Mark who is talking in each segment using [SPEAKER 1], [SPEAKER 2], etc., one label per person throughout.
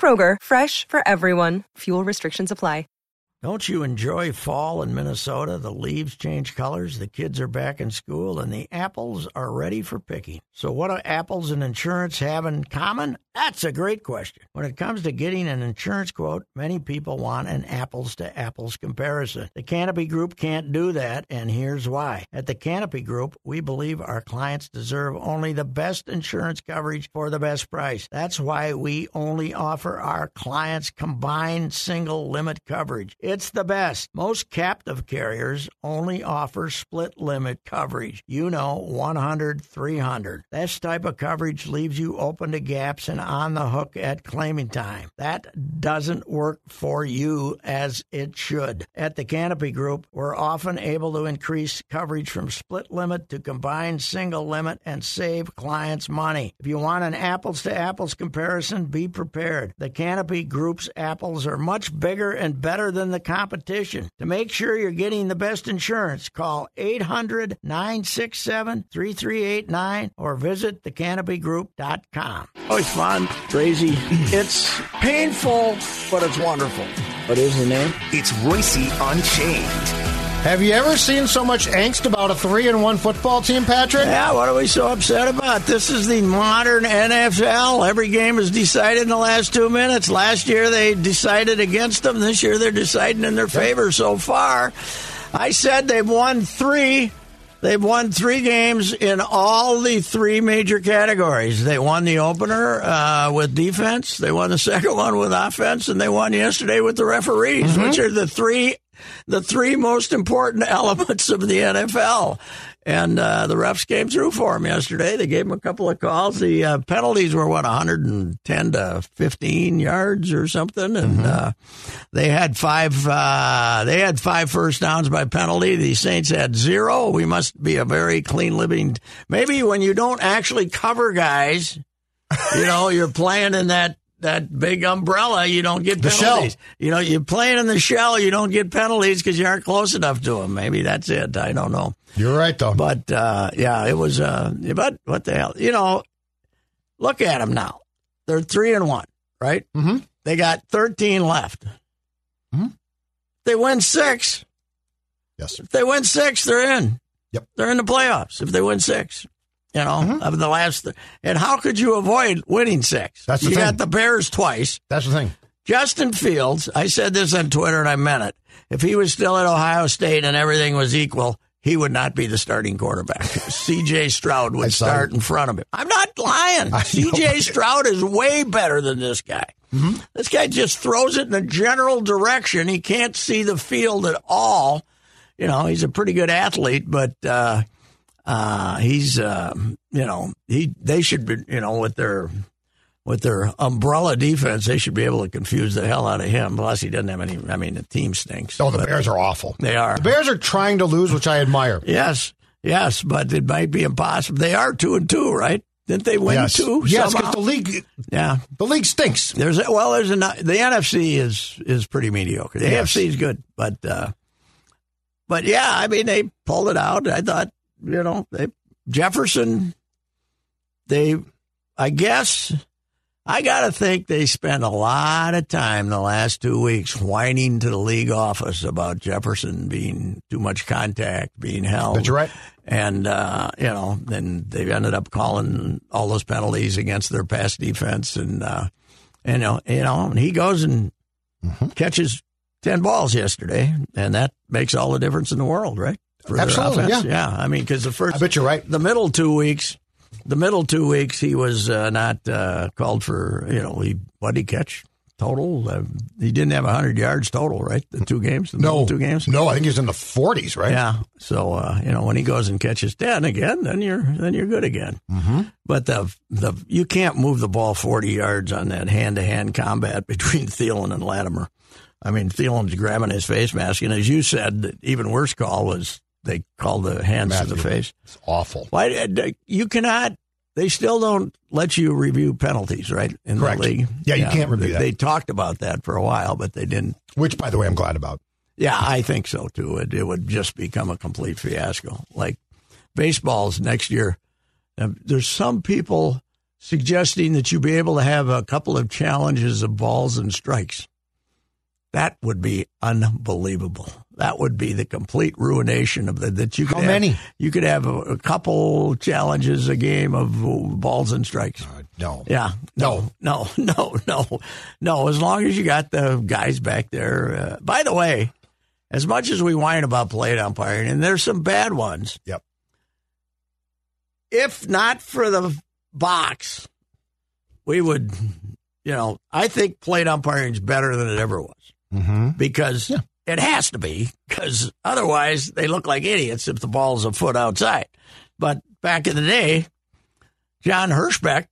[SPEAKER 1] Kroger, fresh for everyone. Fuel restrictions apply.
[SPEAKER 2] Don't you enjoy fall in Minnesota? The leaves change colors, the kids are back in school, and the apples are ready for picking. So, what do apples and insurance have in common? That's a great question. When it comes to getting an insurance quote, many people want an apples to apples comparison. The Canopy Group can't do that, and here's why. At the Canopy Group, we believe our clients deserve only the best insurance coverage for the best price. That's why we only offer our clients combined single limit coverage. It's the best. Most captive carriers only offer split limit coverage. You know, 100, 300. This type of coverage leaves you open to gaps and on the hook at claiming time. That doesn't work for you as it should. At the Canopy Group, we're often able to increase coverage from split limit to combined single limit and save clients money. If you want an apples to apples comparison, be prepared. The Canopy Group's apples are much bigger and better than the competition. To make sure you're getting the best insurance, call 800 967 3389 or visit thecanopygroup.com.
[SPEAKER 3] Oh, it's fun, crazy. it's painful, but it's wonderful.
[SPEAKER 2] What is the name?
[SPEAKER 4] It's Royce Unchained.
[SPEAKER 5] Have you ever seen so much angst about a three and one football team, Patrick?
[SPEAKER 2] Yeah, what are we so upset about? This is the modern NFL. Every game is decided in the last two minutes. Last year they decided against them. This year they're deciding in their favor so far. I said they've won three. They've won three games in all the three major categories. They won the opener uh, with defense. They won the second one with offense, and they won yesterday with the referees, which are the three the three most important elements of the NFL. And uh, the refs came through for him yesterday. They gave him a couple of calls. The uh, penalties were what 110 to 15 yards or something, and uh, they had five. Uh, they had five first downs by penalty. The Saints had zero. We must be a very clean living. Maybe when you don't actually cover guys, you know, you're playing in that that big umbrella, you don't get
[SPEAKER 5] The shell.
[SPEAKER 2] penalties. You know, you're playing in the shell, you don't get penalties because you aren't close enough to them. Maybe that's it. I don't know.
[SPEAKER 5] You're right, though.
[SPEAKER 2] But uh, yeah, it was. Uh, but what the hell? You know, look at them now. They're three and one, right?
[SPEAKER 5] Mhm.
[SPEAKER 2] They got thirteen left.
[SPEAKER 5] Mm-hmm.
[SPEAKER 2] They win six.
[SPEAKER 5] yes.
[SPEAKER 2] If they win six, they're in.
[SPEAKER 5] Yep. Mm-hmm.
[SPEAKER 2] They're in the playoffs if they win six. You know, of the last. and how could you avoid winning six?
[SPEAKER 5] That's the
[SPEAKER 2] you
[SPEAKER 5] thing.
[SPEAKER 2] got the Bears twice.
[SPEAKER 5] That's the thing.
[SPEAKER 2] Justin Fields, I said this on Twitter and I meant it. If he was still at Ohio State and everything was equal, he would not be the starting quarterback. CJ Stroud
[SPEAKER 5] I
[SPEAKER 2] would
[SPEAKER 5] saw
[SPEAKER 2] start
[SPEAKER 5] it.
[SPEAKER 2] in front of him. I'm not lying.
[SPEAKER 5] I know.
[SPEAKER 2] CJ Stroud is way better than this guy.
[SPEAKER 5] Mm-hmm.
[SPEAKER 2] This guy just throws it in a general direction. He can't see the field at all. You know, he's a pretty good athlete, but uh, uh, he's uh, you know he they should be you know with their with their umbrella defense they should be able to confuse the hell out of him. Plus he doesn't have any. I mean the team stinks.
[SPEAKER 5] Oh, the Bears are awful.
[SPEAKER 2] They are.
[SPEAKER 5] The Bears are trying to lose, which I admire.
[SPEAKER 2] Yes, yes, but it might be impossible. They are two and two, right? Didn't they win
[SPEAKER 5] yes.
[SPEAKER 2] two?
[SPEAKER 5] Yes,
[SPEAKER 2] somehow?
[SPEAKER 5] because the league,
[SPEAKER 2] yeah.
[SPEAKER 5] the league stinks.
[SPEAKER 2] There's a, well, there's a the NFC is is pretty mediocre. The
[SPEAKER 5] Yes.
[SPEAKER 2] AFC is good, but uh, but yeah, I mean they pulled it out. I thought you know they Jefferson, they I guess I gotta think they spent a lot of time the last two weeks whining to the league office about Jefferson being too much contact, being held
[SPEAKER 5] That's right.
[SPEAKER 2] and uh, you know, then they ended up calling all those penalties against their
[SPEAKER 5] Mm-hmm.
[SPEAKER 2] pass defense, and uh, you know, you know, and he goes and catches 10 balls yesterday, and that makes all the difference in the world, right? For their
[SPEAKER 5] Absolutely,
[SPEAKER 2] offense. Yeah.
[SPEAKER 5] yeah.
[SPEAKER 2] I mean, because the first.
[SPEAKER 5] I bet you're right.
[SPEAKER 2] The middle two weeks, the middle two weeks, he was uh, not uh, called for, you know, he, what did he catch? Total? Uh, he didn't have 100 yards total, right? The two games? The middle
[SPEAKER 5] No,
[SPEAKER 2] Two games?
[SPEAKER 5] No, I think he's in the 40s, right?
[SPEAKER 2] Yeah. So uh, you know, when he goes and catches ten again, then you're then you're good again. Mm-hmm. But the the you can't move the ball forty yards on that hand to hand combat between Thielen and Latimer. I mean, Thielen's grabbing his face mask, and as you said, the even worse call was they called the hands to the
[SPEAKER 5] Matthew.
[SPEAKER 2] face.
[SPEAKER 5] It's awful.
[SPEAKER 2] Why they- you cannot? They still don't let you review penalties, right? In
[SPEAKER 5] Correct.
[SPEAKER 2] the league,
[SPEAKER 5] Yeah, you can't review
[SPEAKER 2] they,
[SPEAKER 5] that.
[SPEAKER 2] They talked about that for a while, but they didn't
[SPEAKER 5] Which, by the way, I'm glad about.
[SPEAKER 2] yeah, I think so too. It, it would just become a complete fiasco. Like baseball's next year, uh, there's some people suggesting that you be able to have a couple of challenges of balls and strikes. That would be unbelievable. That would be the complete ruination of the that you could
[SPEAKER 5] How
[SPEAKER 2] have-
[SPEAKER 5] many?
[SPEAKER 2] you could have a, a couple challenges a game of uh, balls and strikes.
[SPEAKER 5] Uh, no.
[SPEAKER 2] Yeah.
[SPEAKER 5] No.
[SPEAKER 2] No. No. No. No. As long as you got the guys back there. Uh, by the way, as much as we whine about plate umpiring, and there's some bad ones.
[SPEAKER 5] Yep.
[SPEAKER 2] If not for the box, we would. You know, I think plate umpiring is better than it ever was
[SPEAKER 5] Mm-hmm.
[SPEAKER 2] because it has to be because otherwise they look like idiots if the ball's a foot outside. But back in the day, John Hirschbeck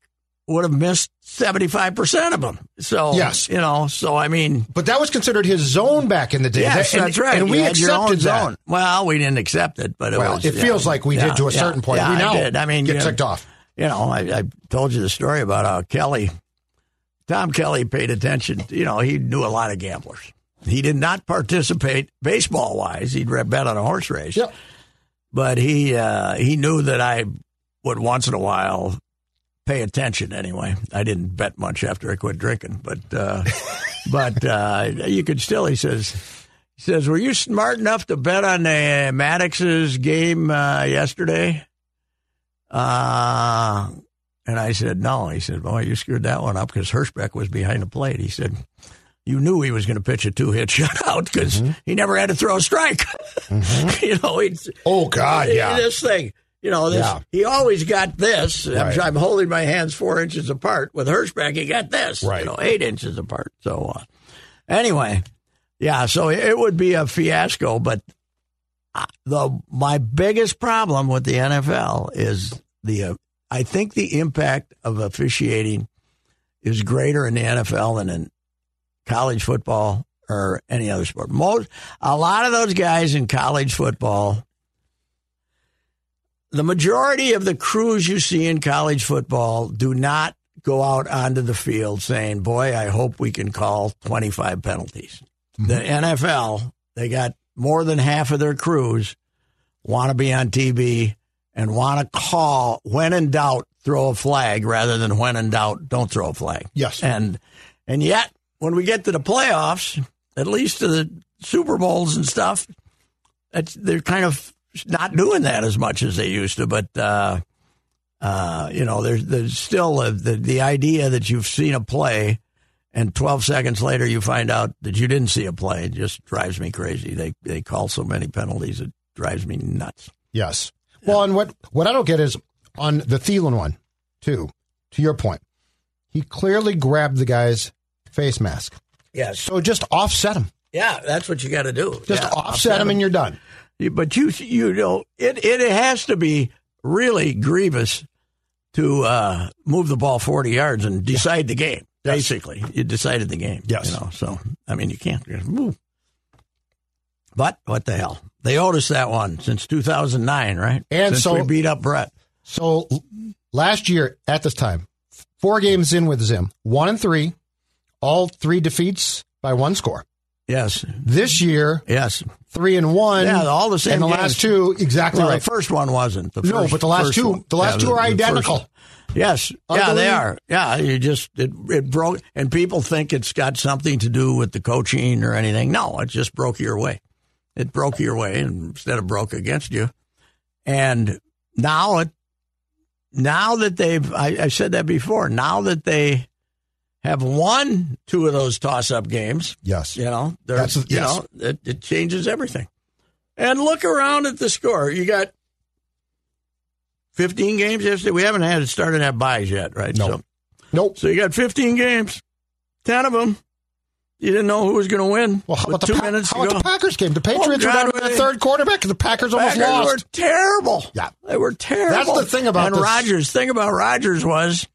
[SPEAKER 2] would have missed seventy five percent of them. So
[SPEAKER 5] Yes.
[SPEAKER 2] you know. So I mean,
[SPEAKER 5] But that was considered his zone back in the day.
[SPEAKER 2] yes,
[SPEAKER 5] That- and-
[SPEAKER 2] that's right.
[SPEAKER 5] And we
[SPEAKER 2] You had
[SPEAKER 5] accepted
[SPEAKER 2] your own
[SPEAKER 5] that.
[SPEAKER 2] zone. Well, we didn't accept it, but it
[SPEAKER 5] Well,
[SPEAKER 2] was.
[SPEAKER 5] it
[SPEAKER 2] yeah,
[SPEAKER 5] feels like we
[SPEAKER 2] yeah,
[SPEAKER 5] did to a
[SPEAKER 2] yeah,
[SPEAKER 5] certain point.
[SPEAKER 2] yeah,
[SPEAKER 5] we now
[SPEAKER 2] I did. I mean,
[SPEAKER 5] get
[SPEAKER 2] you-
[SPEAKER 5] ticked off.
[SPEAKER 2] you know, I, I told you the story about how Kelly, Tom Kelly paid attention. You know, he knew a lot of gamblers. He did not participate baseball wise. He'd re- bet on a horse race.
[SPEAKER 5] Yep.
[SPEAKER 2] But he uh, he knew that I would once in a while pay attention anyway. I didn't bet much after I quit drinking, but uh, but uh, you could still. He says he says, "Were you smart enough to bet on the Maddox's game uh, yesterday?" Uh, and I said, no. He said, boy, you screwed that one up because Hirschbeck was behind the plate. He said, you knew he was going to pitch a two hit shutout because he never had to throw a strike. you know, he'd,
[SPEAKER 5] Oh, God, yeah.
[SPEAKER 2] this thing. You know, this,
[SPEAKER 5] Yeah.
[SPEAKER 2] he always got this.
[SPEAKER 5] Right.
[SPEAKER 2] I'm, I'm holding my hands four inches apart. With Hirschbeck, he got this.
[SPEAKER 5] Right.
[SPEAKER 2] You know, eight inches apart. So, uh, anyway, yeah, so it would be a fiasco. But I- the my biggest problem with the NFL is the uh, I think the impact of officiating is greater in the NFL than in college football or any other sport. Most a lot of those guys in college football the majority of the crews you see in college football do not go out onto the field saying, "Boy, I hope we can call 25 penalties." The NFL, they got more than half of their crews want to be on TV and want to call when in doubt throw a flag rather than when in doubt don't throw a flag.
[SPEAKER 5] Yes.
[SPEAKER 2] And and yet when we get to the playoffs, at least to the Super Bowls and stuff, it's, they're kind of not doing that as much as they used to. But uh, uh, you know, there's there's still a, the the idea that you've seen a play, and 12 seconds later you find out that you didn't see a play. It just drives me crazy. They they call so many penalties, it drives me nuts.
[SPEAKER 5] Yes. Well, and what, what I don't get is on the Thielen one, too, to your point, he clearly grabbed the guy's face mask.
[SPEAKER 2] Yes.
[SPEAKER 5] So just offset him.
[SPEAKER 2] Yeah, that's what you got to do.
[SPEAKER 5] Just
[SPEAKER 2] Yeah,
[SPEAKER 5] offset, him and you're done.
[SPEAKER 2] You- but you you know it it has to be really grievous to uh, move the ball forty yards and decide the game. Basically, you decided the game.
[SPEAKER 5] Yes.
[SPEAKER 2] You know, so I mean, you can't just move. But what the hell? They owed us that one since 2009, right?
[SPEAKER 5] And
[SPEAKER 2] since
[SPEAKER 5] so-
[SPEAKER 2] we beat up Brett.
[SPEAKER 5] So l- last year at this time, four games in with Zim, one and three, all three defeats by one score.
[SPEAKER 2] Yes.
[SPEAKER 5] This year,
[SPEAKER 2] Yes.
[SPEAKER 5] three and one.
[SPEAKER 2] Yeah, all the same
[SPEAKER 5] And the
[SPEAKER 2] games.
[SPEAKER 5] last two, exactly
[SPEAKER 2] Well,
[SPEAKER 5] right.
[SPEAKER 2] the first one wasn't. The first,
[SPEAKER 5] No, but the last
[SPEAKER 2] first
[SPEAKER 5] two-
[SPEAKER 2] one.
[SPEAKER 5] the last two are
[SPEAKER 2] first
[SPEAKER 5] identical.
[SPEAKER 2] one. Yes, yeah, they
[SPEAKER 5] Unbelievable.
[SPEAKER 2] are. Yeah, you just it, it broke, and people think it's got something to do with the coaching or anything. No, it just broke your way. It broke your way instead of broke against you. And now it, now that they've, I, I said that before. Now that they have won two of those toss-up games.
[SPEAKER 5] Yes.
[SPEAKER 2] You know, they're-
[SPEAKER 5] That's-
[SPEAKER 2] you
[SPEAKER 5] yes.
[SPEAKER 2] know, it, it changes everything. And look around at the score. You got 15 games yesterday. We haven't had started to have buys yet, right?
[SPEAKER 5] No.
[SPEAKER 2] So,
[SPEAKER 5] Nope.
[SPEAKER 2] so you got 15 games, 10 of them. You didn't know who was going to win.
[SPEAKER 5] Well, how
[SPEAKER 2] with
[SPEAKER 5] about, the,
[SPEAKER 2] two
[SPEAKER 5] Pa-
[SPEAKER 2] minutes
[SPEAKER 5] how
[SPEAKER 2] to
[SPEAKER 5] about
[SPEAKER 2] go.
[SPEAKER 5] the Packers game? The Patriots
[SPEAKER 2] God,
[SPEAKER 5] were down to
[SPEAKER 2] they-
[SPEAKER 5] the third quarterback, and the Oh, Packers almost
[SPEAKER 2] Packers
[SPEAKER 5] lost.
[SPEAKER 2] were terrible.
[SPEAKER 5] Yeah.
[SPEAKER 2] they were terrible.
[SPEAKER 5] That's the thing about
[SPEAKER 2] and
[SPEAKER 5] this-
[SPEAKER 2] Rogers. Thing about Rogers was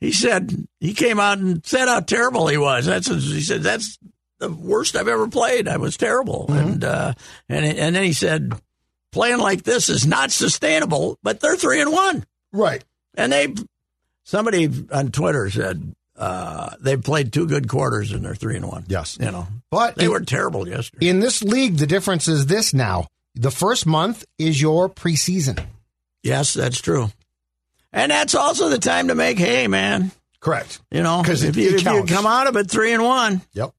[SPEAKER 2] he said he came out and said how terrible he was. That's he said that's the worst I've ever played. I was terrible,
[SPEAKER 5] Mm-hmm.
[SPEAKER 2] and uh, and and then he said playing like this is not sustainable. But they're three and one,
[SPEAKER 5] Right.
[SPEAKER 2] and they somebody on Twitter said. Uh, they played two good quarters and they're three and one.
[SPEAKER 5] Yes.
[SPEAKER 2] you know
[SPEAKER 5] But
[SPEAKER 2] they
[SPEAKER 5] in,
[SPEAKER 2] were terrible yesterday.
[SPEAKER 5] in this league, the difference is this now. The first month is your preseason.
[SPEAKER 2] Yes, that's true, and that's also the time to make hay, man.
[SPEAKER 5] Correct.
[SPEAKER 2] You know,
[SPEAKER 5] 'Cause
[SPEAKER 2] if,
[SPEAKER 5] it-
[SPEAKER 2] you,
[SPEAKER 5] it
[SPEAKER 2] if you
[SPEAKER 5] counts.
[SPEAKER 2] come out of it three and one,
[SPEAKER 5] Yep.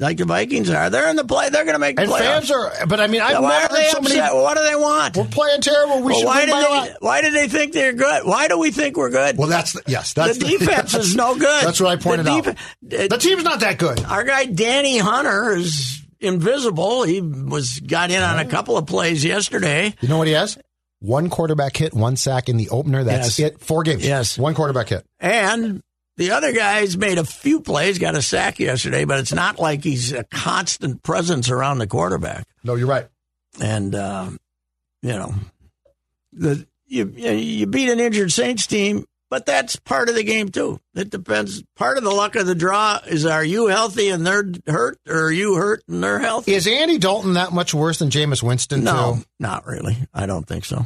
[SPEAKER 2] like the Vikings are, they're in the play. They're going to make the
[SPEAKER 5] And
[SPEAKER 2] playoffs.
[SPEAKER 5] fans are, but I mean, I've
[SPEAKER 2] Now, why
[SPEAKER 5] never
[SPEAKER 2] are they
[SPEAKER 5] heard so many.
[SPEAKER 2] upset? What do they want?
[SPEAKER 5] We're playing terrible. We
[SPEAKER 2] Well,
[SPEAKER 5] should
[SPEAKER 2] why
[SPEAKER 5] win
[SPEAKER 2] do
[SPEAKER 5] by a lot.
[SPEAKER 2] they? Why do they think they're good? Why do we think we're good?
[SPEAKER 5] Well, that's the, yes. That's
[SPEAKER 2] the defense is no good.
[SPEAKER 5] That's what I pointed
[SPEAKER 2] the
[SPEAKER 5] out. The team's not that good.
[SPEAKER 2] our guy Danny Hunter is invisible. He was got in on a couple of plays yesterday.
[SPEAKER 5] You know what he has? One quarterback hit, one sack in the opener. That's
[SPEAKER 2] Yes.
[SPEAKER 5] it. Four games.
[SPEAKER 2] Yes.
[SPEAKER 5] One quarterback hit.
[SPEAKER 2] And the other guy's made a few plays, got a sack yesterday, but it's not like he's a constant presence around the quarterback.
[SPEAKER 5] No, you're right.
[SPEAKER 2] And um, you know, the you you beat an injured Saints team, but that's part of the game too. It depends. Part of the luck of the draw is are you healthy and they're hurt, or are you hurt and they're healthy?
[SPEAKER 5] Is Andy Dalton that much worse than Jameis Winston?
[SPEAKER 2] no,
[SPEAKER 5] too?
[SPEAKER 2] not really. I don't think so.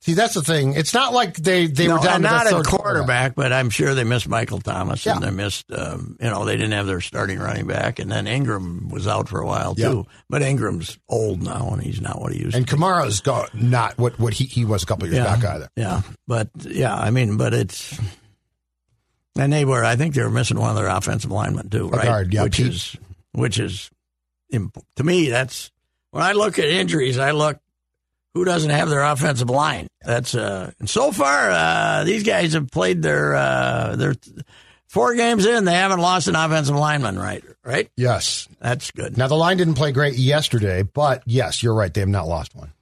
[SPEAKER 5] See, that's the thing. It's not like they they
[SPEAKER 2] No,
[SPEAKER 5] were
[SPEAKER 2] and
[SPEAKER 5] down to
[SPEAKER 2] not
[SPEAKER 5] the
[SPEAKER 2] a
[SPEAKER 5] third
[SPEAKER 2] quarterback, but I'm sure they missed Michael Thomas and
[SPEAKER 5] Yeah.
[SPEAKER 2] they missed, um, you know, they didn't have their starting running back, and then Ingram was out for a while
[SPEAKER 5] Yeah.
[SPEAKER 2] too. But Ingram's old now, and he's not what he used.
[SPEAKER 5] And
[SPEAKER 2] to
[SPEAKER 5] Kamara's go, not what what he, he was a couple years back either.
[SPEAKER 2] Yeah, but yeah, I mean, but it's and they were. I think they were missing one of their offensive linemen too, right?
[SPEAKER 5] guard, yeah,
[SPEAKER 2] which
[SPEAKER 5] Pete.
[SPEAKER 2] is which is imp- to me that's when I look at injuries, I look who doesn't have their offensive line. That's uh, and so far uh, these guys have played their uh, their four games in. They haven't lost an offensive lineman, right? Right?
[SPEAKER 5] Yes.
[SPEAKER 2] That's good.
[SPEAKER 5] Now the line didn't play great yesterday, but yes, you're right. They have not lost one.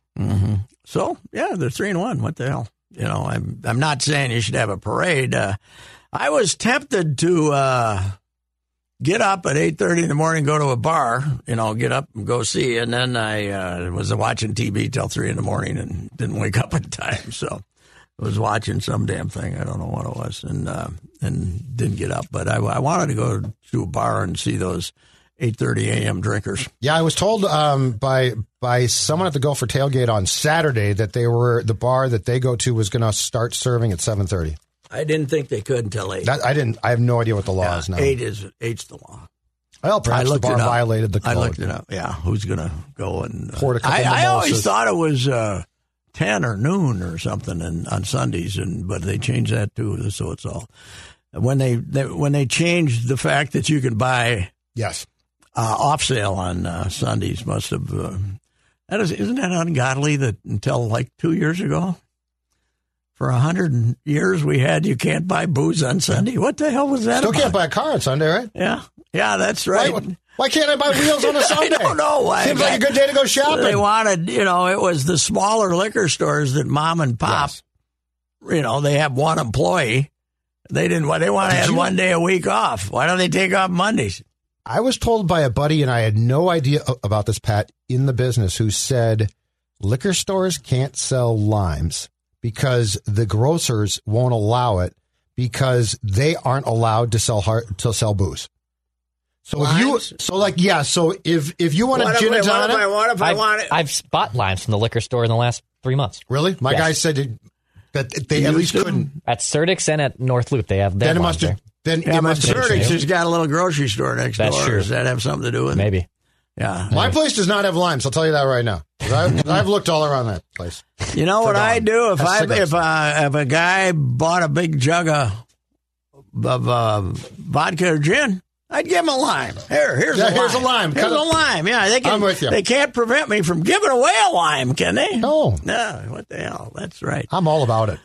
[SPEAKER 2] So yeah, they're three and one. What the hell? You know, I'm I'm not saying you should have a parade. Uh, I was tempted to uh, get up at eight thirty in the morning, go to a bar. You know, get up and go see, and then I uh, was watching TV till three in the morning and didn't wake up in time. So I was watching some damn thing. I don't know what it was, and uh, and didn't get up. But I, I wanted to go to a bar and see those eight thirty a.m. drinkers.
[SPEAKER 5] Yeah, I was told um, by by someone at the Gopher tailgate on Saturday that they were the bar that they go to was going to start serving at seven thirty.
[SPEAKER 2] I didn't think they could until eight.
[SPEAKER 5] That I didn't. I have no idea what the law is now.
[SPEAKER 2] Eight is eight's the law.
[SPEAKER 5] Well, perhaps
[SPEAKER 2] I
[SPEAKER 5] the
[SPEAKER 2] looked
[SPEAKER 5] bar
[SPEAKER 2] it up.
[SPEAKER 5] violated the
[SPEAKER 2] I
[SPEAKER 5] code.
[SPEAKER 2] looked it up. Yeah, who's gonna go and uh,
[SPEAKER 5] Poured a couple
[SPEAKER 2] I, I always
[SPEAKER 5] mimosas.
[SPEAKER 2] thought it was uh, ten or noon or something, and on Sundays, and but they changed that too. So it's all when they, they when they changed the fact that you can buy
[SPEAKER 5] Yes.
[SPEAKER 2] uh, off sale on uh, Sundays must have. Uh, that is, isn't that ungodly that until like two years ago, for a hundred years we had you can't buy booze on Sunday. What the hell was that?
[SPEAKER 5] Still can't
[SPEAKER 2] about?
[SPEAKER 5] buy a car on Sunday, right?
[SPEAKER 2] Yeah, yeah, that's
[SPEAKER 5] Why-
[SPEAKER 2] right.
[SPEAKER 5] Why, can't I buy wheels on a Sunday?
[SPEAKER 2] I don't know why.
[SPEAKER 5] Seems like a good day to go shopping.
[SPEAKER 2] They wanted, you know, it was the smaller liquor stores that mom and pop,
[SPEAKER 5] Yes.
[SPEAKER 2] you know, they have one employee. They didn't. They want to
[SPEAKER 5] Did
[SPEAKER 2] have
[SPEAKER 5] you-
[SPEAKER 2] one day a week off. Why don't they take off Mondays?
[SPEAKER 5] I was told by a buddy, and I had no idea a- about this, Pat, in the business, who said liquor stores can't sell limes because the grocers won't allow it because they aren't allowed to sell hard, to sell booze. So if
[SPEAKER 2] Limes?
[SPEAKER 5] you so like yeah, so if if you want a gin and tonic,
[SPEAKER 2] what if
[SPEAKER 6] I've, I've spot limes from the liquor store in the last three months.
[SPEAKER 5] really, my
[SPEAKER 6] Yes.
[SPEAKER 5] guy said it- that they at
[SPEAKER 2] You
[SPEAKER 5] least
[SPEAKER 2] shouldn't.
[SPEAKER 5] couldn't.
[SPEAKER 6] At Surdix and at North Loop, they have their
[SPEAKER 5] Then it
[SPEAKER 6] limes
[SPEAKER 5] must have.
[SPEAKER 6] there.
[SPEAKER 5] Then
[SPEAKER 2] Yeah,
[SPEAKER 5] it
[SPEAKER 2] but
[SPEAKER 5] must have.
[SPEAKER 2] Surdix has got a little grocery store next
[SPEAKER 6] That's
[SPEAKER 2] door.
[SPEAKER 6] true.
[SPEAKER 2] Does that have something to do with it?
[SPEAKER 6] Maybe.
[SPEAKER 2] Yeah.
[SPEAKER 5] My place does not have limes. I'll tell you that right now. 'Cause I, 'cause I've looked all around that place.
[SPEAKER 2] You know what I do if
[SPEAKER 5] That's
[SPEAKER 2] I
[SPEAKER 5] cigarettes.
[SPEAKER 2] if I, if a guy bought a big jug of, of uh, vodka or gin, I'd give him a lime. Here, here's
[SPEAKER 5] Yeah,
[SPEAKER 2] a lime.
[SPEAKER 5] here's a lime.
[SPEAKER 2] Here's
[SPEAKER 5] Cut
[SPEAKER 2] a
[SPEAKER 5] it.
[SPEAKER 2] lime. Yeah, they can.
[SPEAKER 5] I'm with you.
[SPEAKER 2] They can't prevent me from giving away a lime, can they?
[SPEAKER 5] No,
[SPEAKER 2] No. What the hell? That's right.
[SPEAKER 5] I'm all about it.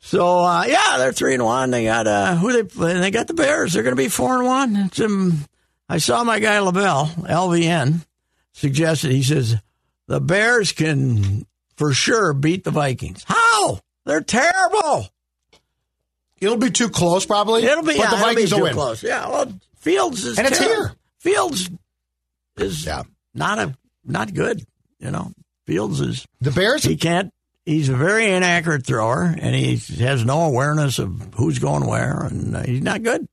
[SPEAKER 2] So uh, yeah, they're three and one. They got uh, who they play- they got the Bears. They're going to be four and one. It's, um, I saw my guy Labelle LVN suggested. He says the Bears can for sure beat the Vikings. How? They're terrible.
[SPEAKER 5] It'll be too close, probably.
[SPEAKER 2] It'll be
[SPEAKER 5] but
[SPEAKER 2] yeah,
[SPEAKER 5] the
[SPEAKER 2] it'll be
[SPEAKER 5] Vikings
[SPEAKER 2] too
[SPEAKER 5] will win.
[SPEAKER 2] close. Yeah, well, Fields is
[SPEAKER 5] And it's
[SPEAKER 2] terrible.
[SPEAKER 5] here.
[SPEAKER 2] Fields is
[SPEAKER 5] Yeah.
[SPEAKER 2] not a not good. You know, Fields is
[SPEAKER 5] The Bears.
[SPEAKER 2] he can't. He's a very inaccurate thrower, and he has no awareness of who's going where, and uh, he's not good.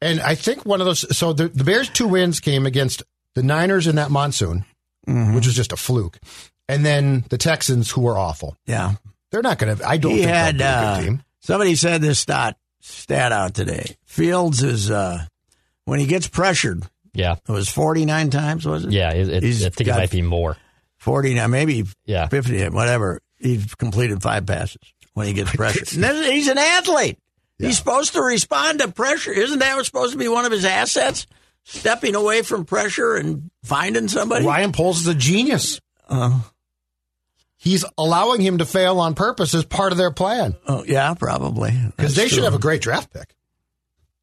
[SPEAKER 5] And I think one of those. So the, the Bears' two wins came against the Niners in that monsoon,
[SPEAKER 2] Mm-hmm.
[SPEAKER 5] which was just a fluke, and then the Texans, who were awful.
[SPEAKER 2] Yeah,
[SPEAKER 5] They're not going to. I don't
[SPEAKER 2] he
[SPEAKER 5] think
[SPEAKER 2] had.
[SPEAKER 5] they'll be a
[SPEAKER 2] Uh,
[SPEAKER 5] good team.
[SPEAKER 2] Somebody said this stat stat out today. Fields is uh, when he gets pressured.
[SPEAKER 6] Yeah.
[SPEAKER 2] It was forty nine times, was it?
[SPEAKER 6] Yeah. It, it-
[SPEAKER 2] He's
[SPEAKER 6] I think
[SPEAKER 2] got-
[SPEAKER 6] it might be more.
[SPEAKER 2] forty nine, maybe
[SPEAKER 6] Yeah.
[SPEAKER 2] fifty, whatever. He's completed five passes when he gets pressured. And this- he's an athlete. He's supposed to respond to pressure. Isn't that what's supposed to be one of his assets? Stepping away from pressure and finding somebody.
[SPEAKER 5] Ryan Poles is a genius.
[SPEAKER 2] Uh,
[SPEAKER 5] He's allowing him to fail on purpose as part of their plan
[SPEAKER 2] oh, yeah, probably. That's
[SPEAKER 5] because they should
[SPEAKER 2] true.
[SPEAKER 5] have a great draft pick.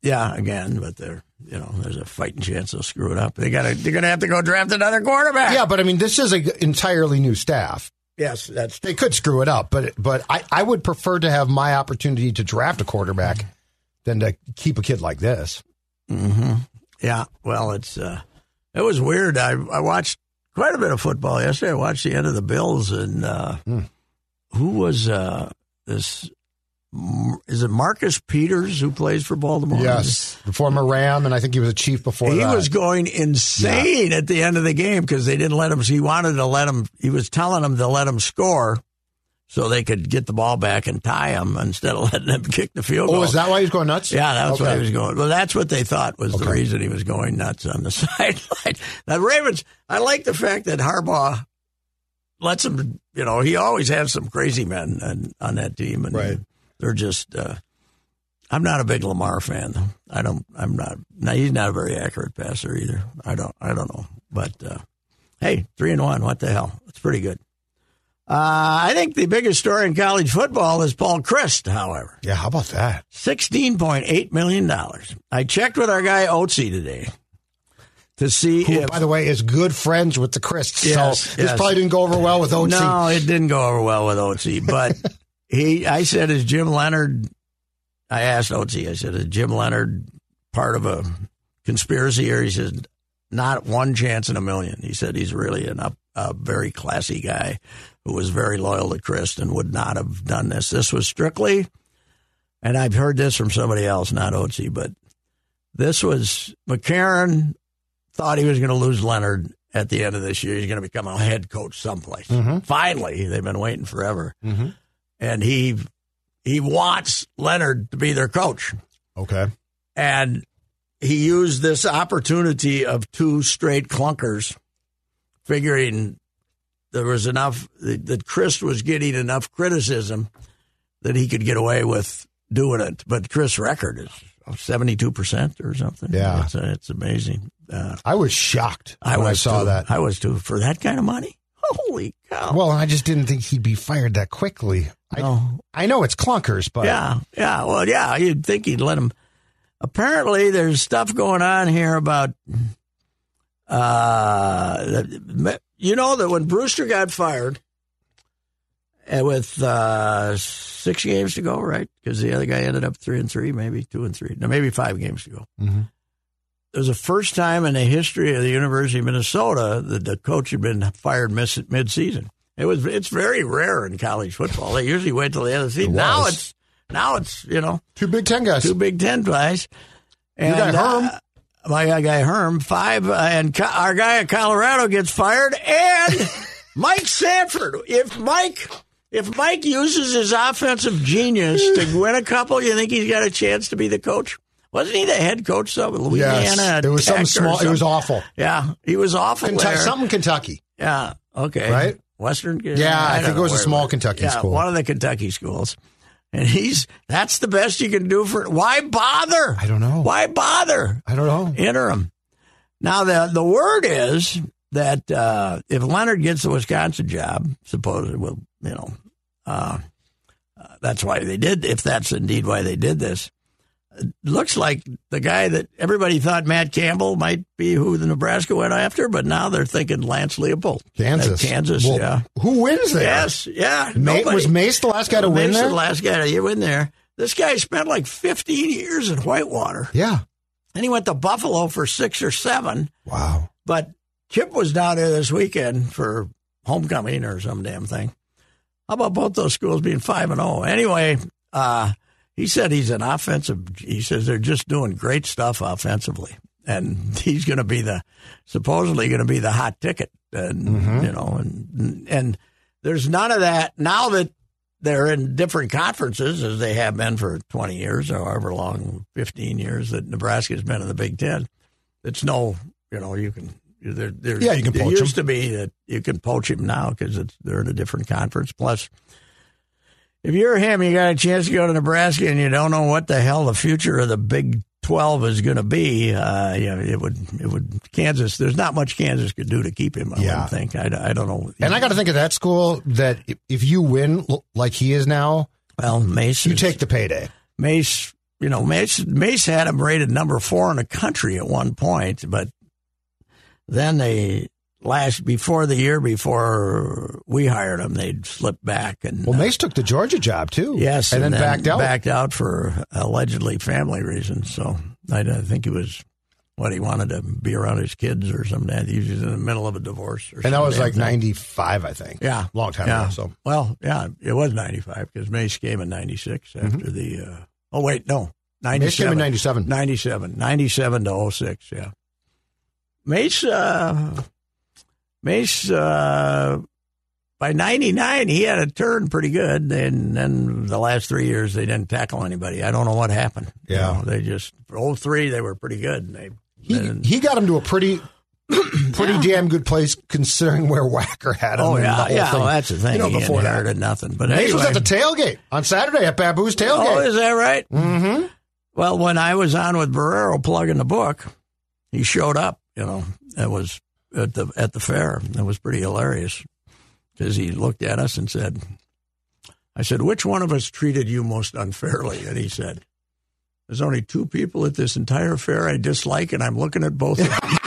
[SPEAKER 2] Yeah, again, but they're you know there's a fighting chance they'll screw it up. They got to they're going to have to go draft another quarterback.
[SPEAKER 5] Yeah, but I mean, this is an entirely new staff.
[SPEAKER 2] Yes, that's
[SPEAKER 5] They could screw it up, but but I, I would prefer to have my opportunity to draft a quarterback than to keep a kid like this.
[SPEAKER 2] mm-hmm. Yeah, well, it's uh, it was weird. I I watched quite a bit of football yesterday. I watched the end of the Bills and uh,
[SPEAKER 5] Hmm.
[SPEAKER 2] who was uh, this? Is it Marcus Peters who plays for Baltimore?
[SPEAKER 5] Yes, the former Ram, and I think he was a chief before
[SPEAKER 2] He
[SPEAKER 5] that.
[SPEAKER 2] was going insane at the end of the game because they didn't let him. He wanted to let him. He was telling them to let him score so they could get the ball back and tie him instead of letting them kick the field
[SPEAKER 5] oh,
[SPEAKER 2] goal.
[SPEAKER 5] is that why he was going nuts?
[SPEAKER 2] Yeah, that's what
[SPEAKER 5] Okay.
[SPEAKER 2] he was going. Well, that's what they thought was the reason he was going nuts on the sideline. Now, Ravens, I like the fact that Harbaugh lets him. You know, he always has some crazy men on, on that team, and
[SPEAKER 5] Right.
[SPEAKER 2] they're just. Uh, I'm not a big Lamar fan. though. I don't. I'm not. Now he's not a very accurate passer either. I don't. I don't know. But uh, hey, three and one. What the hell? It's pretty good. Uh, I think the biggest story in college football is Paul Christ, however.
[SPEAKER 5] Yeah, how about that?
[SPEAKER 2] $16.8 million. I checked with our guy Otzi today to see
[SPEAKER 5] Who,
[SPEAKER 2] if.
[SPEAKER 5] by the way, is good friends with the Christ.
[SPEAKER 2] Yes,
[SPEAKER 5] so this
[SPEAKER 2] yes.
[SPEAKER 5] probably didn't go over well with OT.
[SPEAKER 2] no, it didn't go over well with Otzi, but he, I said, is Jim Leonard, I asked Otzi, I said, is Jim Leonard part of a conspiracy here? He says, not one chance in a million. He said he's really an up, a very classy guy who was very loyal to Chris and would not have done this. This was strictly, and I've heard this from somebody else, not Otzi, but this was McCarron thought he was going to lose Leonard at the end of this year. He's going to become a head coach someplace. Finally, they've been waiting forever,
[SPEAKER 5] Mm-hmm.
[SPEAKER 2] and he he wants Leonard to be their coach
[SPEAKER 5] Okay.
[SPEAKER 2] and he used this opportunity of two straight clunkers, figuring there was enough that Chris was getting enough criticism that he could get away with doing it. But Chris' record is seventy two percent or something.
[SPEAKER 5] Yeah.
[SPEAKER 2] it's, it's amazing. Uh,
[SPEAKER 5] I was shocked
[SPEAKER 2] I
[SPEAKER 5] when
[SPEAKER 2] was
[SPEAKER 5] I saw
[SPEAKER 2] too.
[SPEAKER 5] that.
[SPEAKER 2] I was too for that kind of money. Holy cow!
[SPEAKER 5] Well, I just didn't think he'd be fired that quickly. I,
[SPEAKER 2] No.
[SPEAKER 5] I know it's clunkers, but
[SPEAKER 2] Yeah, yeah. Well, yeah, you'd think he'd let him. Apparently, there's stuff going on here about. Uh, you know that when Brewster got fired, and with uh, six games to go, right? Because the other guy ended up three and three, maybe two and three, no, maybe five games to go.
[SPEAKER 5] Mhm.
[SPEAKER 2] It was the first time in the history of the University of Minnesota that the coach had been fired mis- mid-season. It was it's very rare in college football. They usually wait till the end of the season.
[SPEAKER 5] It
[SPEAKER 2] now
[SPEAKER 5] was.
[SPEAKER 2] it's now it's you know
[SPEAKER 5] two Big Ten guys.
[SPEAKER 2] two Big Ten guys. And,
[SPEAKER 5] got Herm.
[SPEAKER 2] uh, my guy Herm five, uh, and co- our guy at Colorado gets fired, and Mike Sanford. If Mike, if Mike uses his offensive genius to win a couple, you think he's got a chance to be the coach? Wasn't he the head coach of Louisiana?
[SPEAKER 5] yes, it was
[SPEAKER 2] Tech
[SPEAKER 5] something
[SPEAKER 2] or
[SPEAKER 5] small. It was
[SPEAKER 2] something?
[SPEAKER 5] awful.
[SPEAKER 2] Yeah, he was awful.
[SPEAKER 5] Kentucky,
[SPEAKER 2] there.
[SPEAKER 5] something Kentucky.
[SPEAKER 2] Yeah. Okay.
[SPEAKER 5] Right?
[SPEAKER 2] Western.
[SPEAKER 5] Yeah, I think
[SPEAKER 2] don't
[SPEAKER 5] it was
[SPEAKER 2] know
[SPEAKER 5] a
[SPEAKER 2] where-
[SPEAKER 5] small Kentucky
[SPEAKER 2] yeah,
[SPEAKER 5] school.
[SPEAKER 2] One of the Kentucky schools. And he's that's the best you can do for why bother?
[SPEAKER 5] I don't know.
[SPEAKER 2] Why bother?
[SPEAKER 5] I don't know.
[SPEAKER 2] Interim. Now the the word is that uh, if Leonard gets the Wisconsin job, supposedly, well, you know, uh, Uh, that's why they did, if that's indeed why they did this. It looks like the guy that everybody thought Matt Campbell might be who the Nebraska went after, but now they're thinking Lance Leopold.
[SPEAKER 5] Kansas.
[SPEAKER 2] Uh, Kansas,
[SPEAKER 5] Well,
[SPEAKER 2] yeah.
[SPEAKER 5] Who wins there?
[SPEAKER 2] Yes, yeah.
[SPEAKER 5] Ma-
[SPEAKER 2] nobody.
[SPEAKER 5] was Mace the last guy to win
[SPEAKER 2] Mace
[SPEAKER 5] there?
[SPEAKER 2] The last guy to win there. This guy spent like 15 years in Whitewater.
[SPEAKER 5] yeah.
[SPEAKER 2] Then he went to Buffalo for six or seven.
[SPEAKER 5] Wow.
[SPEAKER 2] But Chip was down there this weekend for homecoming or some damn thing. How about both those schools being five and zero? Anyway, uh, he said he's an offensive. He says they're just doing great stuff offensively, and he's going to be the supposedly going to be the hot ticket, and
[SPEAKER 5] Mm-hmm.
[SPEAKER 2] you know, and and there's none of that now that they're in different conferences as they have been for 20 years or however long, 15 years that Nebraska's been in the Big Ten it's no, you know, you can. There, there,
[SPEAKER 5] Yeah, you can
[SPEAKER 2] there
[SPEAKER 5] poach
[SPEAKER 2] used to be that you can poach him now because they're in a different conference. Plus, if you're him, you got a chance to go to Nebraska, and you don't know what the hell the future of the Big Twelve is going to be. Uh, you know, it would, it would Kansas. There's not much Kansas could do to keep him. I
[SPEAKER 5] Yeah.
[SPEAKER 2] wouldn't think. I, I don't know.
[SPEAKER 5] And I got to think of that school that i- if you win l- like he is now,
[SPEAKER 2] well, Mace.
[SPEAKER 5] you
[SPEAKER 2] is-
[SPEAKER 5] take the payday.
[SPEAKER 2] Mace, you know, Mace Mace had him rated number four in the country at one point, but then they last before the year before we hired him, they'd slipped back and
[SPEAKER 5] Well,
[SPEAKER 2] uh,
[SPEAKER 5] Mace took the Georgia job too.
[SPEAKER 2] yes,
[SPEAKER 5] and, then, backed out.
[SPEAKER 2] backed out for allegedly family reasons. So I, I think he was. What he wanted to be around his kids or something. He was in the middle of a divorce, or
[SPEAKER 5] and that
[SPEAKER 2] some
[SPEAKER 5] was
[SPEAKER 2] damn
[SPEAKER 5] like
[SPEAKER 2] thing.
[SPEAKER 5] '95, I think.
[SPEAKER 2] Yeah,
[SPEAKER 5] long time
[SPEAKER 2] yeah.
[SPEAKER 5] ago. So
[SPEAKER 2] Well, yeah, it was '95 because Mace came in '96 after the. Uh, oh wait, no,
[SPEAKER 5] Mm-hmm. Mace came in
[SPEAKER 2] '97.
[SPEAKER 5] '97.
[SPEAKER 2] 97, 97 to 06, yeah. Mace, uh, Mace, uh, by 99, he had a turn pretty good. And then the last three years, they didn't tackle anybody. I don't know what happened. You
[SPEAKER 5] Yeah.
[SPEAKER 2] know, they just, for 03, they were pretty good. And they,
[SPEAKER 5] He,
[SPEAKER 2] and-
[SPEAKER 5] he got him to a pretty, pretty damn good place considering where Whacker had him.
[SPEAKER 2] oh,
[SPEAKER 5] and the
[SPEAKER 2] yeah,
[SPEAKER 5] whole
[SPEAKER 2] yeah,
[SPEAKER 5] thing.
[SPEAKER 2] well, that's the thing.
[SPEAKER 5] You know,
[SPEAKER 2] he
[SPEAKER 5] before that,
[SPEAKER 2] inherited nothing. But
[SPEAKER 5] Mace was
[SPEAKER 2] anyway.
[SPEAKER 5] at the tailgate on Saturday at Babu's
[SPEAKER 2] Oh,
[SPEAKER 5] tailgate.
[SPEAKER 2] is that right?
[SPEAKER 5] mm-hmm.
[SPEAKER 2] Well, when I was on with Barrero plugging the book, he showed up. You know, it was at the at the fair. It was pretty hilarious because he looked at us and said, "I said, which one of us treated you most unfairly?" And he said, "There's only two people at this entire fair I dislike, and I'm looking at both." of them.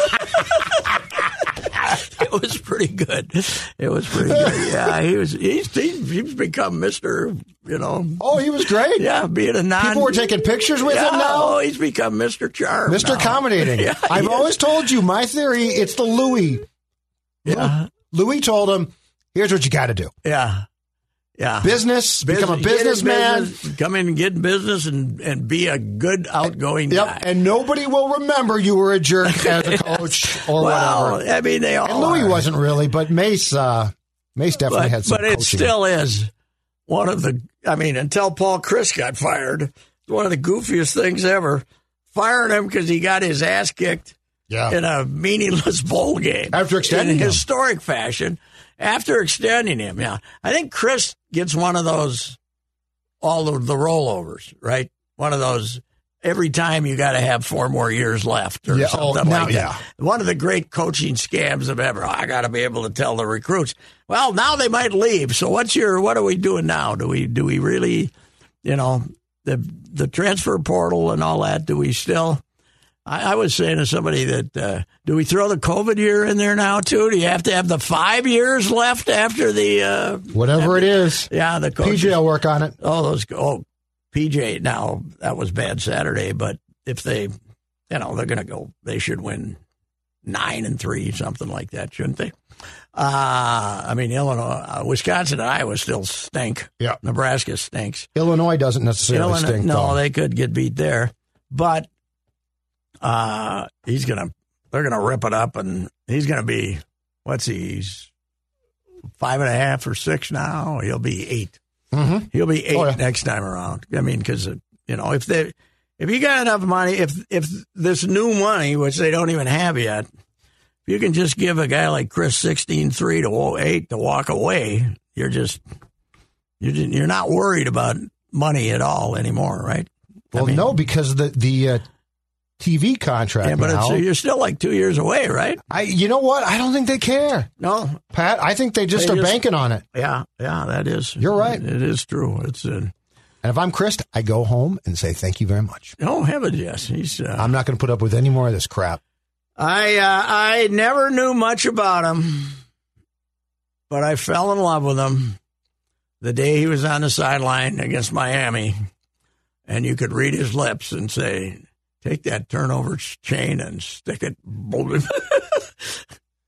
[SPEAKER 2] It was pretty good. It was pretty good. Yeah, he was. He's he's, he's become Mister. You know.
[SPEAKER 5] Oh, he was great.
[SPEAKER 2] Yeah, being a non.
[SPEAKER 5] People were taking pictures with
[SPEAKER 2] Yeah,
[SPEAKER 5] him now.
[SPEAKER 2] oh, he's become Mr. Charm.
[SPEAKER 5] Mr.
[SPEAKER 2] now.
[SPEAKER 5] Accommodating.
[SPEAKER 2] Yeah,
[SPEAKER 5] I've
[SPEAKER 2] he is.
[SPEAKER 5] always told you my theory. It's the Louis.
[SPEAKER 2] Yeah.
[SPEAKER 5] Louis told him, "Here's what you got to do:
[SPEAKER 2] Yeah. Yeah.
[SPEAKER 5] business, become a
[SPEAKER 2] Bus- get in
[SPEAKER 5] businessman.
[SPEAKER 2] business, come in and get in business and, and be a good outgoing guy.
[SPEAKER 5] Yep, and nobody will remember you were a jerk as a coach or
[SPEAKER 2] well, oh,
[SPEAKER 5] whatever."
[SPEAKER 2] I mean, they all.
[SPEAKER 5] And Louis
[SPEAKER 2] are.
[SPEAKER 5] wasn't really, but Mace, uh, Mace definitely
[SPEAKER 2] but,
[SPEAKER 5] had some.
[SPEAKER 2] but it
[SPEAKER 5] coaching.
[SPEAKER 2] still is one of the. I mean, until Paul Chris got fired, it's one of the goofiest things ever. Firing him because he got his ass kicked
[SPEAKER 5] yeah.
[SPEAKER 2] in a meaningless bowl game
[SPEAKER 5] After extending
[SPEAKER 2] in
[SPEAKER 5] him.
[SPEAKER 2] historic fashion. After extending him, yeah, I think Chris gets one of those all of the rollovers, right? One of those every time you got to have four more years left or
[SPEAKER 5] Yeah, oh,
[SPEAKER 2] something
[SPEAKER 5] now-
[SPEAKER 2] like
[SPEAKER 5] yeah.
[SPEAKER 2] that. One of the great coaching scams of ever. "Oh, I got to be able to tell the recruits. Well, now they might leave. So what's your what are we doing now? Do we do we really, you know, the the transfer portal and all that? Do we still? I, I was saying to somebody that uh, do we throw the COVID year in there now too? Do you have to have the five years left after the uh,
[SPEAKER 5] Whatever it is,
[SPEAKER 2] yeah the coaches?
[SPEAKER 5] PJ will work on it.
[SPEAKER 2] Oh, those oh PJ. Now that was bad Saturday, but if they, you know, they're going to go. They should win nine and three, something like that, shouldn't they? Uh, I mean, Illinois, uh, Wisconsin, and Iowa still stink.
[SPEAKER 5] Yeah.
[SPEAKER 2] Nebraska stinks.
[SPEAKER 5] Illinois doesn't necessarily
[SPEAKER 2] Illinois,
[SPEAKER 5] stink.
[SPEAKER 2] no,
[SPEAKER 5] though.
[SPEAKER 2] they could get beat there, but uh, he's gonna. They're gonna rip it up, and he's gonna be. What's he? He's five and a half or six now. He'll be eight.
[SPEAKER 5] Mhm.
[SPEAKER 2] He'll be eight
[SPEAKER 5] Oh, yeah.
[SPEAKER 2] next time around. I mean, because you know, if they, if you got enough money, if if this new money, which they don't even have yet, if you can just give a guy like Chris sixteen three to wa- eight to walk away, you're just you're just, you're not worried about money at all anymore, right?
[SPEAKER 5] Well,
[SPEAKER 2] I mean,
[SPEAKER 5] no, because the the uh, TV contract
[SPEAKER 2] Yeah, but
[SPEAKER 5] now.
[SPEAKER 2] it's, you're still like two years away, right?
[SPEAKER 5] I, you know what? I don't think they care,
[SPEAKER 2] No.
[SPEAKER 5] Pat. I think they just
[SPEAKER 2] They
[SPEAKER 5] are
[SPEAKER 2] just-
[SPEAKER 5] banking on it.
[SPEAKER 2] Yeah, yeah, that is.
[SPEAKER 5] You're right.
[SPEAKER 2] It is true. It's uh,
[SPEAKER 5] And if I'm Chris, I go home and say thank you very much.
[SPEAKER 2] oh heavens, yes. He's. Uh,
[SPEAKER 5] I'm not going to put up with any more of this crap.
[SPEAKER 2] I uh, I never knew much about him, but I fell in love with him the day he was on the sideline against Miami, and you could read his lips and say, "Take that turnover chain and stick it."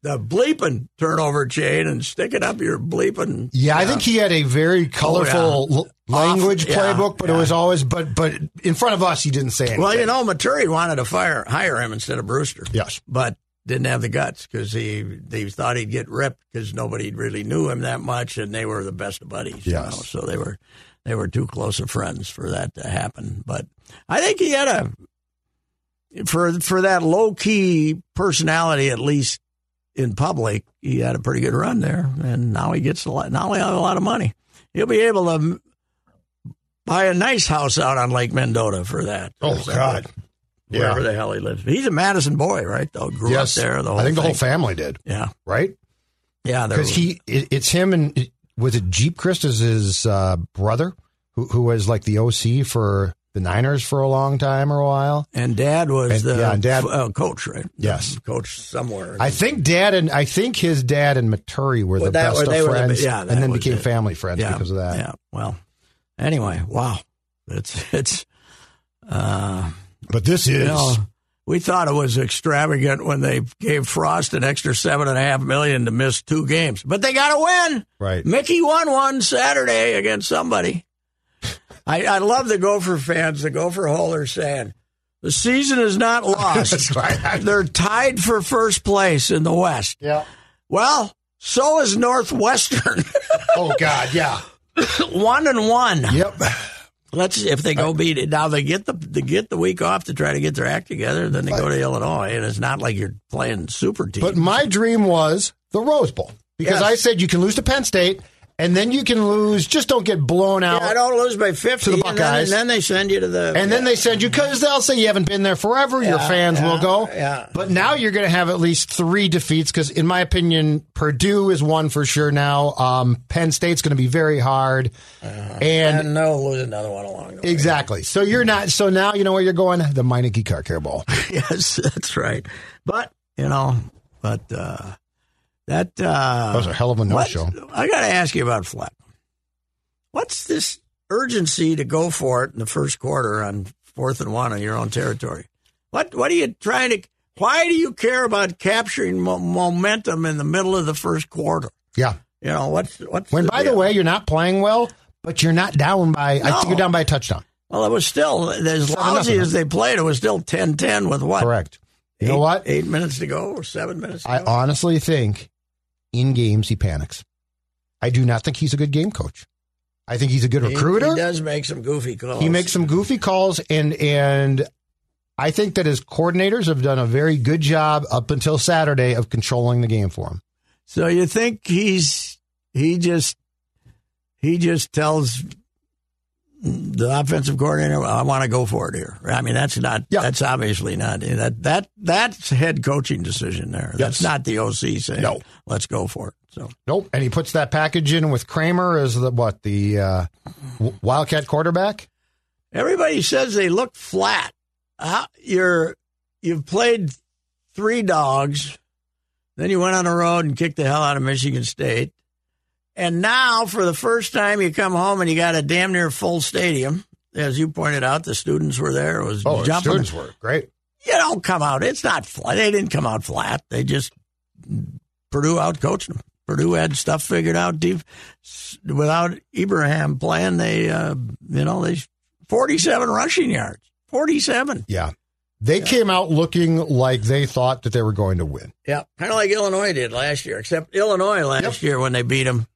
[SPEAKER 2] The bleeping turnover chain and stick it up your bleeping.
[SPEAKER 5] Yeah, I think he had a very colorful
[SPEAKER 2] yeah.
[SPEAKER 5] l- language
[SPEAKER 2] Oh, Off- yeah,
[SPEAKER 5] playbook, but
[SPEAKER 2] yeah.
[SPEAKER 5] it was always but but in front of us he didn't say anything.
[SPEAKER 2] Well, you know, Maturi wanted to fire hire him instead of Brewster.
[SPEAKER 5] Yes.
[SPEAKER 2] but didn't have the guts because he they thought he'd get ripped because nobody really knew him that much, and they were the best of buddies. you
[SPEAKER 5] Yes.
[SPEAKER 2] know, so they were they were too close of friends for that to happen. But I think he had a for for that low key personality, at least in public, he had a pretty good run there, and now he gets a lot. Now he has a lot of money. He'll be able to m- buy a nice house out on Lake Mendota for that.
[SPEAKER 5] Oh God.
[SPEAKER 2] Wherever
[SPEAKER 5] Yeah.
[SPEAKER 2] the hell he lives. He's a Madison boy, right? Though grew
[SPEAKER 5] Yes.
[SPEAKER 2] up there. The whole
[SPEAKER 5] I think the
[SPEAKER 2] thing.
[SPEAKER 5] whole family did,
[SPEAKER 2] Yeah,
[SPEAKER 5] right?
[SPEAKER 2] yeah. there
[SPEAKER 5] Because
[SPEAKER 2] was-
[SPEAKER 5] he it, it's him and it- was it Jeep Christ is his uh, brother who who was like the OC for the Niners for a long time or a while.
[SPEAKER 2] and Dad was
[SPEAKER 5] And-
[SPEAKER 2] the
[SPEAKER 5] yeah, and Dad-
[SPEAKER 2] uh, coach, right? Um,
[SPEAKER 5] Yes.
[SPEAKER 2] coach somewhere.
[SPEAKER 5] I think dad and I think his dad and Maturi were
[SPEAKER 2] Well,
[SPEAKER 5] the
[SPEAKER 2] that-
[SPEAKER 5] best
[SPEAKER 2] they
[SPEAKER 5] of
[SPEAKER 2] were the be-
[SPEAKER 5] friends,
[SPEAKER 2] yeah, that
[SPEAKER 5] and then
[SPEAKER 2] was
[SPEAKER 5] became
[SPEAKER 2] it.
[SPEAKER 5] family friends
[SPEAKER 2] yeah,
[SPEAKER 5] because of that.
[SPEAKER 2] Yeah. Well, anyway, wow. It's it's. Uh,
[SPEAKER 5] But this
[SPEAKER 2] you
[SPEAKER 5] is
[SPEAKER 2] know, we thought it was extravagant when they gave Frost an extra seven and a half million to miss two games, but they got to win.
[SPEAKER 5] right.
[SPEAKER 2] Mickey won one Saturday against somebody. I, I love the Gopher fans, the Gopher holders saying, the season is not lost. They're tied for first place in the West.
[SPEAKER 5] Yeah.
[SPEAKER 2] Well, so is Northwestern.
[SPEAKER 5] Oh God. Yeah.
[SPEAKER 2] one and one.
[SPEAKER 5] Yep.
[SPEAKER 2] Let's if they
[SPEAKER 5] Uh,
[SPEAKER 2] go beat it. Now they get the they get the week off to try to get their act together, then they go to Illinois, and it's not like you're playing super team.
[SPEAKER 5] But my dream was the Rose Bowl because
[SPEAKER 2] Yes.
[SPEAKER 5] I said you can lose to Penn State and then you can lose, just don't get blown out.
[SPEAKER 2] I don't lose by fifty.
[SPEAKER 5] To the
[SPEAKER 2] and, then,
[SPEAKER 5] Buckeyes.
[SPEAKER 2] and then they send you to the
[SPEAKER 5] and then they send you because they'll say you haven't been there forever. Your fans will go.
[SPEAKER 2] yeah.
[SPEAKER 5] But now you're going to have at least three defeats because, in my opinion, Purdue is one for sure now. Um, Penn State's going to be very hard.
[SPEAKER 2] Uh,
[SPEAKER 5] and
[SPEAKER 2] and they'll lose another one along the way.
[SPEAKER 5] exactly. So you're not. So now you know where you're going? The Meineke Car Care Bowl.
[SPEAKER 2] yes, that's right. But you know, but uh, that uh,
[SPEAKER 5] That was a hell of a no
[SPEAKER 2] what-
[SPEAKER 5] show.
[SPEAKER 2] I got to ask you about Flap. What's this urgency to go for it in the first quarter on fourth and one on your own territory? What What are you trying to? Why do you care about capturing mo- momentum in the middle of the first quarter?
[SPEAKER 5] Yeah.
[SPEAKER 2] You know what's what's
[SPEAKER 5] When, by the
[SPEAKER 2] deal?
[SPEAKER 5] way, you're not playing well, but you're not down by. I
[SPEAKER 2] No.
[SPEAKER 5] think you're down by a touchdown.
[SPEAKER 2] Well, it was still as
[SPEAKER 5] Seven
[SPEAKER 2] lousy
[SPEAKER 5] nothing.
[SPEAKER 2] as they played. It was still 10-10 with what?
[SPEAKER 5] Correct. You know
[SPEAKER 2] Eight-
[SPEAKER 5] what?
[SPEAKER 2] Eight minutes to go or seven minutes. To
[SPEAKER 5] I
[SPEAKER 2] go?
[SPEAKER 5] honestly think in games he panics. I do not think he's a good game coach. I think he's a good
[SPEAKER 2] He-
[SPEAKER 5] recruiter.
[SPEAKER 2] He,
[SPEAKER 5] He,
[SPEAKER 2] does make some goofy calls.
[SPEAKER 5] makes some goofy calls and and I think that his coordinators have done a very good job up until Saturday of controlling the game for him.
[SPEAKER 2] So you think he's he just he just tells the offensive coordinator, "I want to go for it here." I mean, that's not
[SPEAKER 5] Yeah.
[SPEAKER 2] that's obviously not that that that's head coaching decision there. That's
[SPEAKER 5] Yes.
[SPEAKER 2] not the OC saying,
[SPEAKER 5] No.
[SPEAKER 2] let's go for it." So
[SPEAKER 5] Nope. And he puts that package in with Kramer as the what the uh, w- Wildcat quarterback.
[SPEAKER 2] everybody says they look flat. How, you're you've played three dogs, then you went on the road and kicked the hell out of Michigan State, and now for the first time you come home and you got a damn near full stadium. As you pointed out, the students were there. It was jumping.
[SPEAKER 5] Oh, students were great.
[SPEAKER 2] You don't come out. It's not flat. They didn't come out flat. They just Purdue outcoached them. Purdue had stuff figured out deep. Without Ibrahim playing, they uh, you know they forty-seven rushing yards, forty-seven.
[SPEAKER 5] Yeah. They came out looking like they thought that they were going to win.
[SPEAKER 2] Yeah, kind of like Illinois did last year. Except Illinois last year when they beat them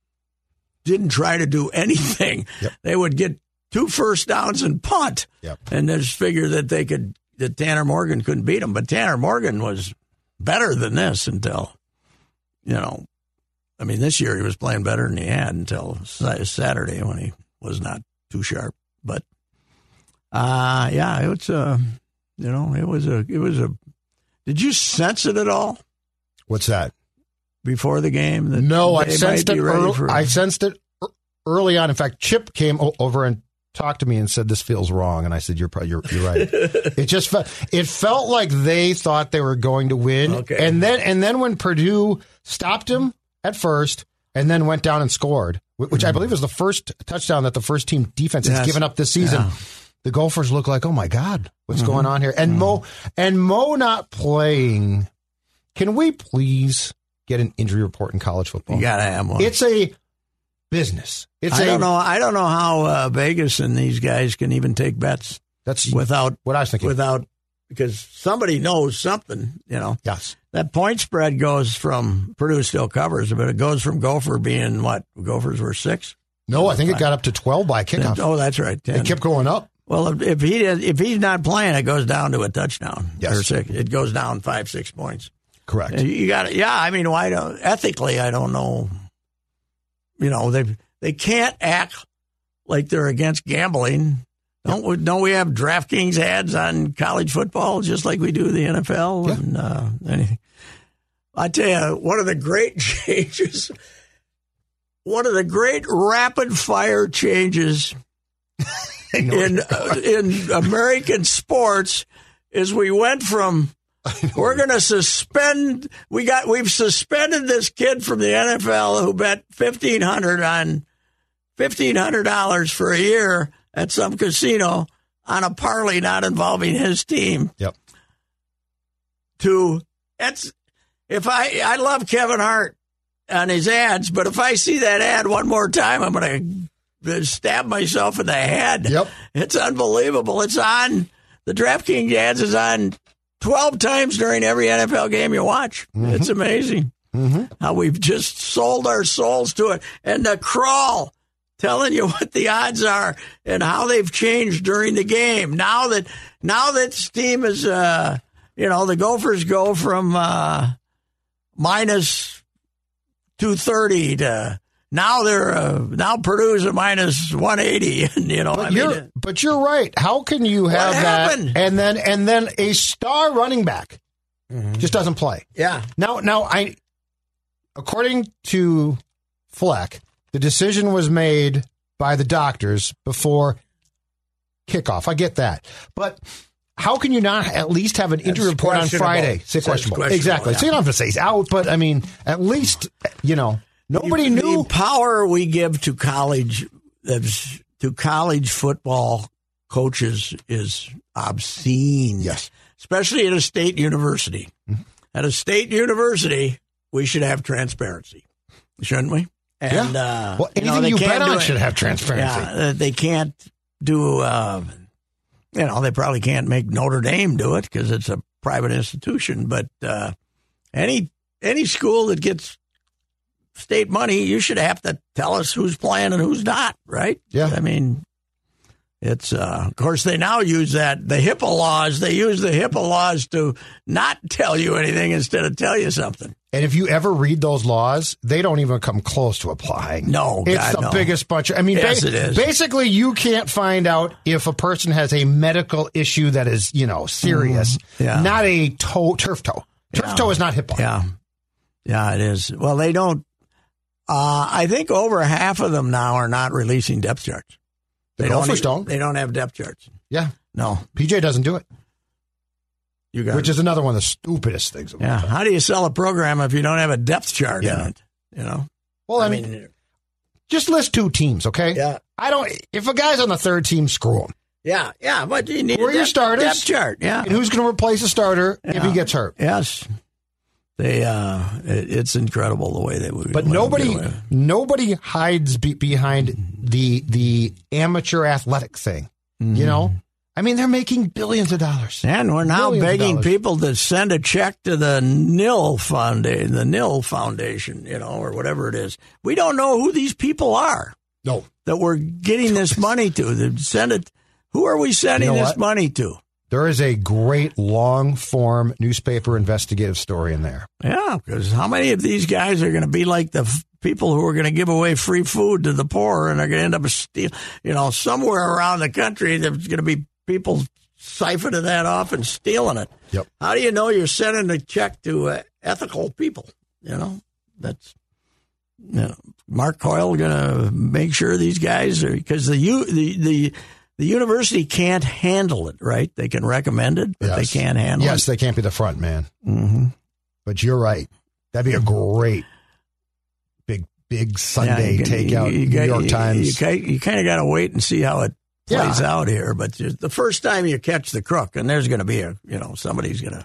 [SPEAKER 2] didn't try to do anything.
[SPEAKER 5] Yep.
[SPEAKER 2] They would get two first downs and punt.
[SPEAKER 5] Yep.
[SPEAKER 2] and just figure that they could that Tanner Morgan couldn't beat him. But Tanner Morgan was better than this until you know, I mean, this year he was playing better than he had until Sa- Saturday when he was not too sharp. But uh yeah, it's uh You know, it was a it was a. Did you sense it at all
[SPEAKER 5] What's that?
[SPEAKER 2] before the game? that
[SPEAKER 5] No, I
[SPEAKER 2] they
[SPEAKER 5] sensed
[SPEAKER 2] might
[SPEAKER 5] it.
[SPEAKER 2] be ready
[SPEAKER 5] ear-
[SPEAKER 2] for-
[SPEAKER 5] I sensed it ear- early on. In fact, Chip came o- over and talked to me and said, "This feels wrong." And I said, "You're probably you're, you're right." it just felt it felt like they thought they were going to win,
[SPEAKER 2] Okay.
[SPEAKER 5] and then and then when Purdue stopped him at first, and then went down and scored, wh- which I believe was the first touchdown that the first team defense
[SPEAKER 2] Hmm. Yes.
[SPEAKER 5] has given up this season.
[SPEAKER 2] Yeah. Mm-hmm.
[SPEAKER 5] The Gophers look like, oh my God, what's going on here? And Mo and Mo not playing. Can we please get an injury report in college football?
[SPEAKER 2] you gotta have one.
[SPEAKER 5] It's a business. It's
[SPEAKER 2] I
[SPEAKER 5] a
[SPEAKER 2] don't know. I don't know how uh, Vegas and these guys can even take bets
[SPEAKER 5] That's
[SPEAKER 2] without
[SPEAKER 5] what I was thinking.
[SPEAKER 2] without because somebody knows something. You know
[SPEAKER 5] yes,
[SPEAKER 2] that point spread goes from Purdue still covers, but it goes from Gopher being what Gophers were six.
[SPEAKER 5] no, I think it got up to twelve by
[SPEAKER 2] Then-
[SPEAKER 5] kickoff.
[SPEAKER 2] oh, that's right.
[SPEAKER 5] it
[SPEAKER 2] Ten.
[SPEAKER 5] kept going up.
[SPEAKER 2] well, if, if he did, if he's not playing, it goes down to a touchdown.
[SPEAKER 5] Yes.
[SPEAKER 2] Or six. It goes down five six points.
[SPEAKER 5] Correct.
[SPEAKER 2] You got to Yeah, I mean, why don't ethically? I don't know. You know, they they can't act like they're against gambling. Don't we, don't we have DraftKings ads on college football just like we do the NFL
[SPEAKER 5] Yeah.
[SPEAKER 2] and uh, anything? I tell you, one of the great changes, one of the great rapid fire changes in uh, in American sports is we went from we're going to suspend we got we've suspended this kid from the NFL who bet 1500 on $1500 for a year at some casino on a parlay not involving his team
[SPEAKER 5] Yep.
[SPEAKER 2] to that's if I I love Kevin Hart on his ads, but if I see that ad one more time, I'm going to stab myself in the head.
[SPEAKER 5] Yep.
[SPEAKER 2] it's unbelievable. It's on the DraftKings ads is on twelve times during every NFL game you watch. It's amazing how we've just sold our souls to it and the crawl. Telling you what the odds are and how they've changed during the game. Now that now that Steam is uh, you know, the Gophers go from uh, minus 230 to now they're uh, now Purdue's a minus 180 and you know I
[SPEAKER 5] you're,
[SPEAKER 2] mean
[SPEAKER 5] but you're right. How can you have that
[SPEAKER 2] happened?
[SPEAKER 5] and then and then a star running back
[SPEAKER 2] Mm-hmm.
[SPEAKER 5] just doesn't play?
[SPEAKER 2] yeah
[SPEAKER 5] Now, now I, according to Fleck, the decision was made by the doctors before kickoff. I get that, but how can you not at least have an injury report on
[SPEAKER 2] questionable.
[SPEAKER 5] Friday? Say
[SPEAKER 2] That's
[SPEAKER 5] questionable.
[SPEAKER 2] questionable,
[SPEAKER 5] exactly. So you
[SPEAKER 2] yeah.
[SPEAKER 5] don't have to say he's out, but I mean, at least you know nobody
[SPEAKER 2] The-
[SPEAKER 5] knew.
[SPEAKER 2] the power we give to college is- to college football coaches is obscene
[SPEAKER 5] Yes. Mm-hmm.
[SPEAKER 2] especially at a state university at a state university we should have transparency shouldn't we and uh
[SPEAKER 5] well,
[SPEAKER 2] you know,
[SPEAKER 5] anything you,
[SPEAKER 2] they can't
[SPEAKER 5] bet
[SPEAKER 2] do
[SPEAKER 5] on
[SPEAKER 2] it.
[SPEAKER 5] should have transparency.
[SPEAKER 2] Yeah, uh, they can't do. Uh, you know, they probably can't make Notre Dame do it because it's a private institution. But uh, any any school that gets state money, you should have to tell us who's playing and who's not, right?
[SPEAKER 5] Yeah.
[SPEAKER 2] I mean, it's uh, of course they now use that the HIPAA laws. They use the HIPAA laws to not tell you anything instead of tell you something.
[SPEAKER 5] And if you ever read those laws, they don't even come close to applying.
[SPEAKER 2] No,
[SPEAKER 5] it's
[SPEAKER 2] God,
[SPEAKER 5] the
[SPEAKER 2] no.
[SPEAKER 5] biggest bunch. I mean,
[SPEAKER 2] Yes, it is.
[SPEAKER 5] basically, you can't find out if a person has a medical issue that is, you know, serious,
[SPEAKER 2] Mm-hmm. yeah.
[SPEAKER 5] not a toe turf toe. Turf
[SPEAKER 2] Yeah.
[SPEAKER 5] toe is not HIPAA.
[SPEAKER 2] Yeah. Yeah, it is. Well, they don't. Uh, I think over half of them now are not releasing depth charts.
[SPEAKER 5] The Gophers
[SPEAKER 2] even-
[SPEAKER 5] don't.
[SPEAKER 2] They don't have depth charts.
[SPEAKER 5] Yeah,
[SPEAKER 2] No,
[SPEAKER 5] PJ doesn't do it,
[SPEAKER 2] you got
[SPEAKER 5] which
[SPEAKER 2] it.
[SPEAKER 5] is another one of the stupidest things. of all
[SPEAKER 2] yeah.
[SPEAKER 5] time.
[SPEAKER 2] How do you sell a program if you don't have a depth chart
[SPEAKER 5] Yeah.
[SPEAKER 2] in it? You know.
[SPEAKER 5] Well, I, mean, just list two teams, okay?
[SPEAKER 2] Yeah.
[SPEAKER 5] I don't. If a guy's on the third team, screw him.
[SPEAKER 2] yeah, yeah. But you need
[SPEAKER 5] Where
[SPEAKER 2] a
[SPEAKER 5] are your
[SPEAKER 2] depth,
[SPEAKER 5] starters?
[SPEAKER 2] depth chart. Yeah.
[SPEAKER 5] And who's going to replace a starter if he
[SPEAKER 2] Uh-uh. Yeah.
[SPEAKER 5] gets hurt?
[SPEAKER 2] Yes. They. uh it, It's incredible the way they would. let
[SPEAKER 5] But
[SPEAKER 2] them
[SPEAKER 5] nobody,
[SPEAKER 2] do it.
[SPEAKER 5] nobody hides be- behind the the amateur athletic thing. You
[SPEAKER 2] Mm-hmm.
[SPEAKER 5] know, I mean, they're making billions of dollars.
[SPEAKER 2] And we're now
[SPEAKER 5] Billions of
[SPEAKER 2] begging
[SPEAKER 5] dollars.
[SPEAKER 2] people to send a check to the Nil Foundation, the Nil Foundation, you know, or whatever it is. We don't know who these people are
[SPEAKER 5] No,
[SPEAKER 2] that we're getting this money to. They Send it. Who are we sending
[SPEAKER 5] You know
[SPEAKER 2] this
[SPEAKER 5] what?
[SPEAKER 2] money to?
[SPEAKER 5] there is a great long form newspaper investigative story in there.
[SPEAKER 2] Yeah, because how many of these guys are going to be like the f- people who are going to give away free food to the poor and are going to end up steal, you know, somewhere around the country there's going to be people siphoning that off and stealing it.
[SPEAKER 5] Yep.
[SPEAKER 2] How do you know you're sending a check to uh, ethical people? You know, that's you know, Mark Coyle going to make sure these guys are because the u the the the university can't handle it. Right? They can recommend it, but
[SPEAKER 5] Yes.
[SPEAKER 2] they can't handle
[SPEAKER 5] yes,
[SPEAKER 2] it.
[SPEAKER 5] they can't be the front man.
[SPEAKER 2] Mm-hmm.
[SPEAKER 5] But you're right. That'd be a great big big Sunday
[SPEAKER 2] Yeah, you-
[SPEAKER 5] takeout.
[SPEAKER 2] you- you
[SPEAKER 5] New
[SPEAKER 2] got-
[SPEAKER 5] York
[SPEAKER 2] you-
[SPEAKER 5] Times.
[SPEAKER 2] You, kind of got to wait and see how it
[SPEAKER 5] Yeah.
[SPEAKER 2] plays out here. But just the first time you catch the crook, and there's going to be a you know somebody's going to.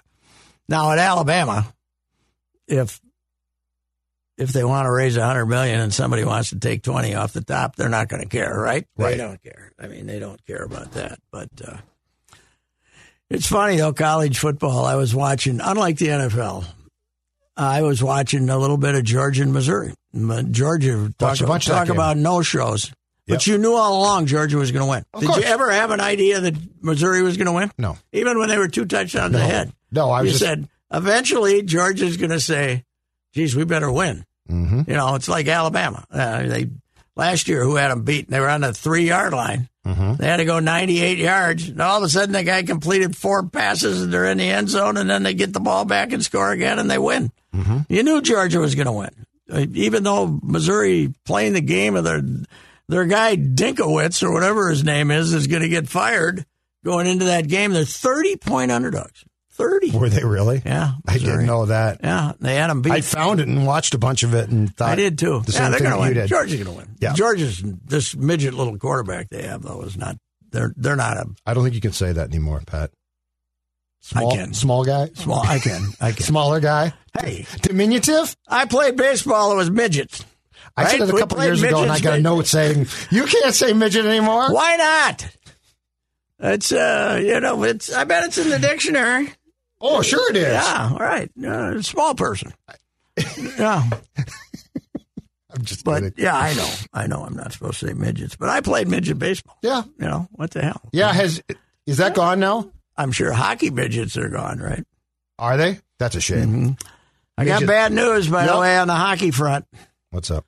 [SPEAKER 2] Now at Alabama, if if they want to raise a hundred million and somebody wants to take twenty off the top, they're not going to care, right?
[SPEAKER 5] Right.
[SPEAKER 2] They don't care. I mean, they don't care about that. But uh, it's funny though. College football, I was watching. Unlike the NFL, I was watching a little bit of Georgia and Missouri. M- Georgia talk,
[SPEAKER 5] Watched a bunch of that
[SPEAKER 2] talk
[SPEAKER 5] game.
[SPEAKER 2] about no shows,
[SPEAKER 5] Yep.
[SPEAKER 2] but you knew all along Georgia was going to win.
[SPEAKER 5] Of
[SPEAKER 2] Did
[SPEAKER 5] course.
[SPEAKER 2] you ever have an idea that Missouri was going to win?
[SPEAKER 5] No.
[SPEAKER 2] Even when they were two touchdowns
[SPEAKER 5] No.
[SPEAKER 2] ahead,
[SPEAKER 5] No, I was
[SPEAKER 2] you
[SPEAKER 5] just
[SPEAKER 2] said eventually Georgia's going to say, "Geez, we better win."
[SPEAKER 5] hmm
[SPEAKER 2] You know, it's like Alabama. Uh, they last year who had them beat? They were on the three yard line.
[SPEAKER 5] hmm
[SPEAKER 2] They had to go 98 yards. And all of a sudden, the guy completed four passes and they're in the end zone, and then they get the ball back and score again, and they win.
[SPEAKER 5] Mhm.
[SPEAKER 2] You knew Georgia was going to win, Uh, even though Missouri playing the game of their their guy Dinkowitz or whatever his name is is going to get fired going into that game. They're 30 point underdogs. 30.
[SPEAKER 5] Were they really?
[SPEAKER 2] Yeah,
[SPEAKER 5] I didn't
[SPEAKER 2] Missouri.
[SPEAKER 5] know that.
[SPEAKER 2] Yeah, they had them beat.
[SPEAKER 5] I found it and watched a bunch of it and thought
[SPEAKER 2] I did too.
[SPEAKER 5] The
[SPEAKER 2] yeah,
[SPEAKER 5] same
[SPEAKER 2] they're
[SPEAKER 5] thing
[SPEAKER 2] going to
[SPEAKER 5] you
[SPEAKER 2] win.
[SPEAKER 5] did.
[SPEAKER 2] Georgia's going to win.
[SPEAKER 5] Yeah.
[SPEAKER 2] Georgia's this midget little quarterback they have though is not. They're they're not a
[SPEAKER 5] I don't think you can say that anymore, Pat. Small,
[SPEAKER 2] can.
[SPEAKER 5] small guy,
[SPEAKER 2] small. I can I can.
[SPEAKER 5] smaller guy,
[SPEAKER 2] Hey,
[SPEAKER 5] diminutive.
[SPEAKER 2] I played baseball. It was midgets.
[SPEAKER 5] I
[SPEAKER 2] Right?
[SPEAKER 5] said it a
[SPEAKER 2] We
[SPEAKER 5] couple
[SPEAKER 2] played
[SPEAKER 5] years ago, and I
[SPEAKER 2] midgets,
[SPEAKER 5] got a
[SPEAKER 2] but-
[SPEAKER 5] note saying you can't say midget anymore.
[SPEAKER 2] Why not? It's uh, you know, it's. I bet it's in the dictionary.
[SPEAKER 5] Oh, sure it is.
[SPEAKER 2] Yeah, all right. Uh, small person. Yeah,
[SPEAKER 5] I'm just kidding.
[SPEAKER 2] but yeah, I know, I know. I'm not supposed to say midgets, but I played midget baseball.
[SPEAKER 5] Yeah,
[SPEAKER 2] You know what the hell?
[SPEAKER 5] yeah. Has is that gone now?
[SPEAKER 2] I'm sure hockey midgets are gone, right?
[SPEAKER 5] Are they? That's a
[SPEAKER 2] Mm-hmm.
[SPEAKER 5] shame.
[SPEAKER 2] I got
[SPEAKER 5] Midget-
[SPEAKER 2] bad news, by
[SPEAKER 5] Yep.
[SPEAKER 2] the way, on the hockey front.
[SPEAKER 5] What's up?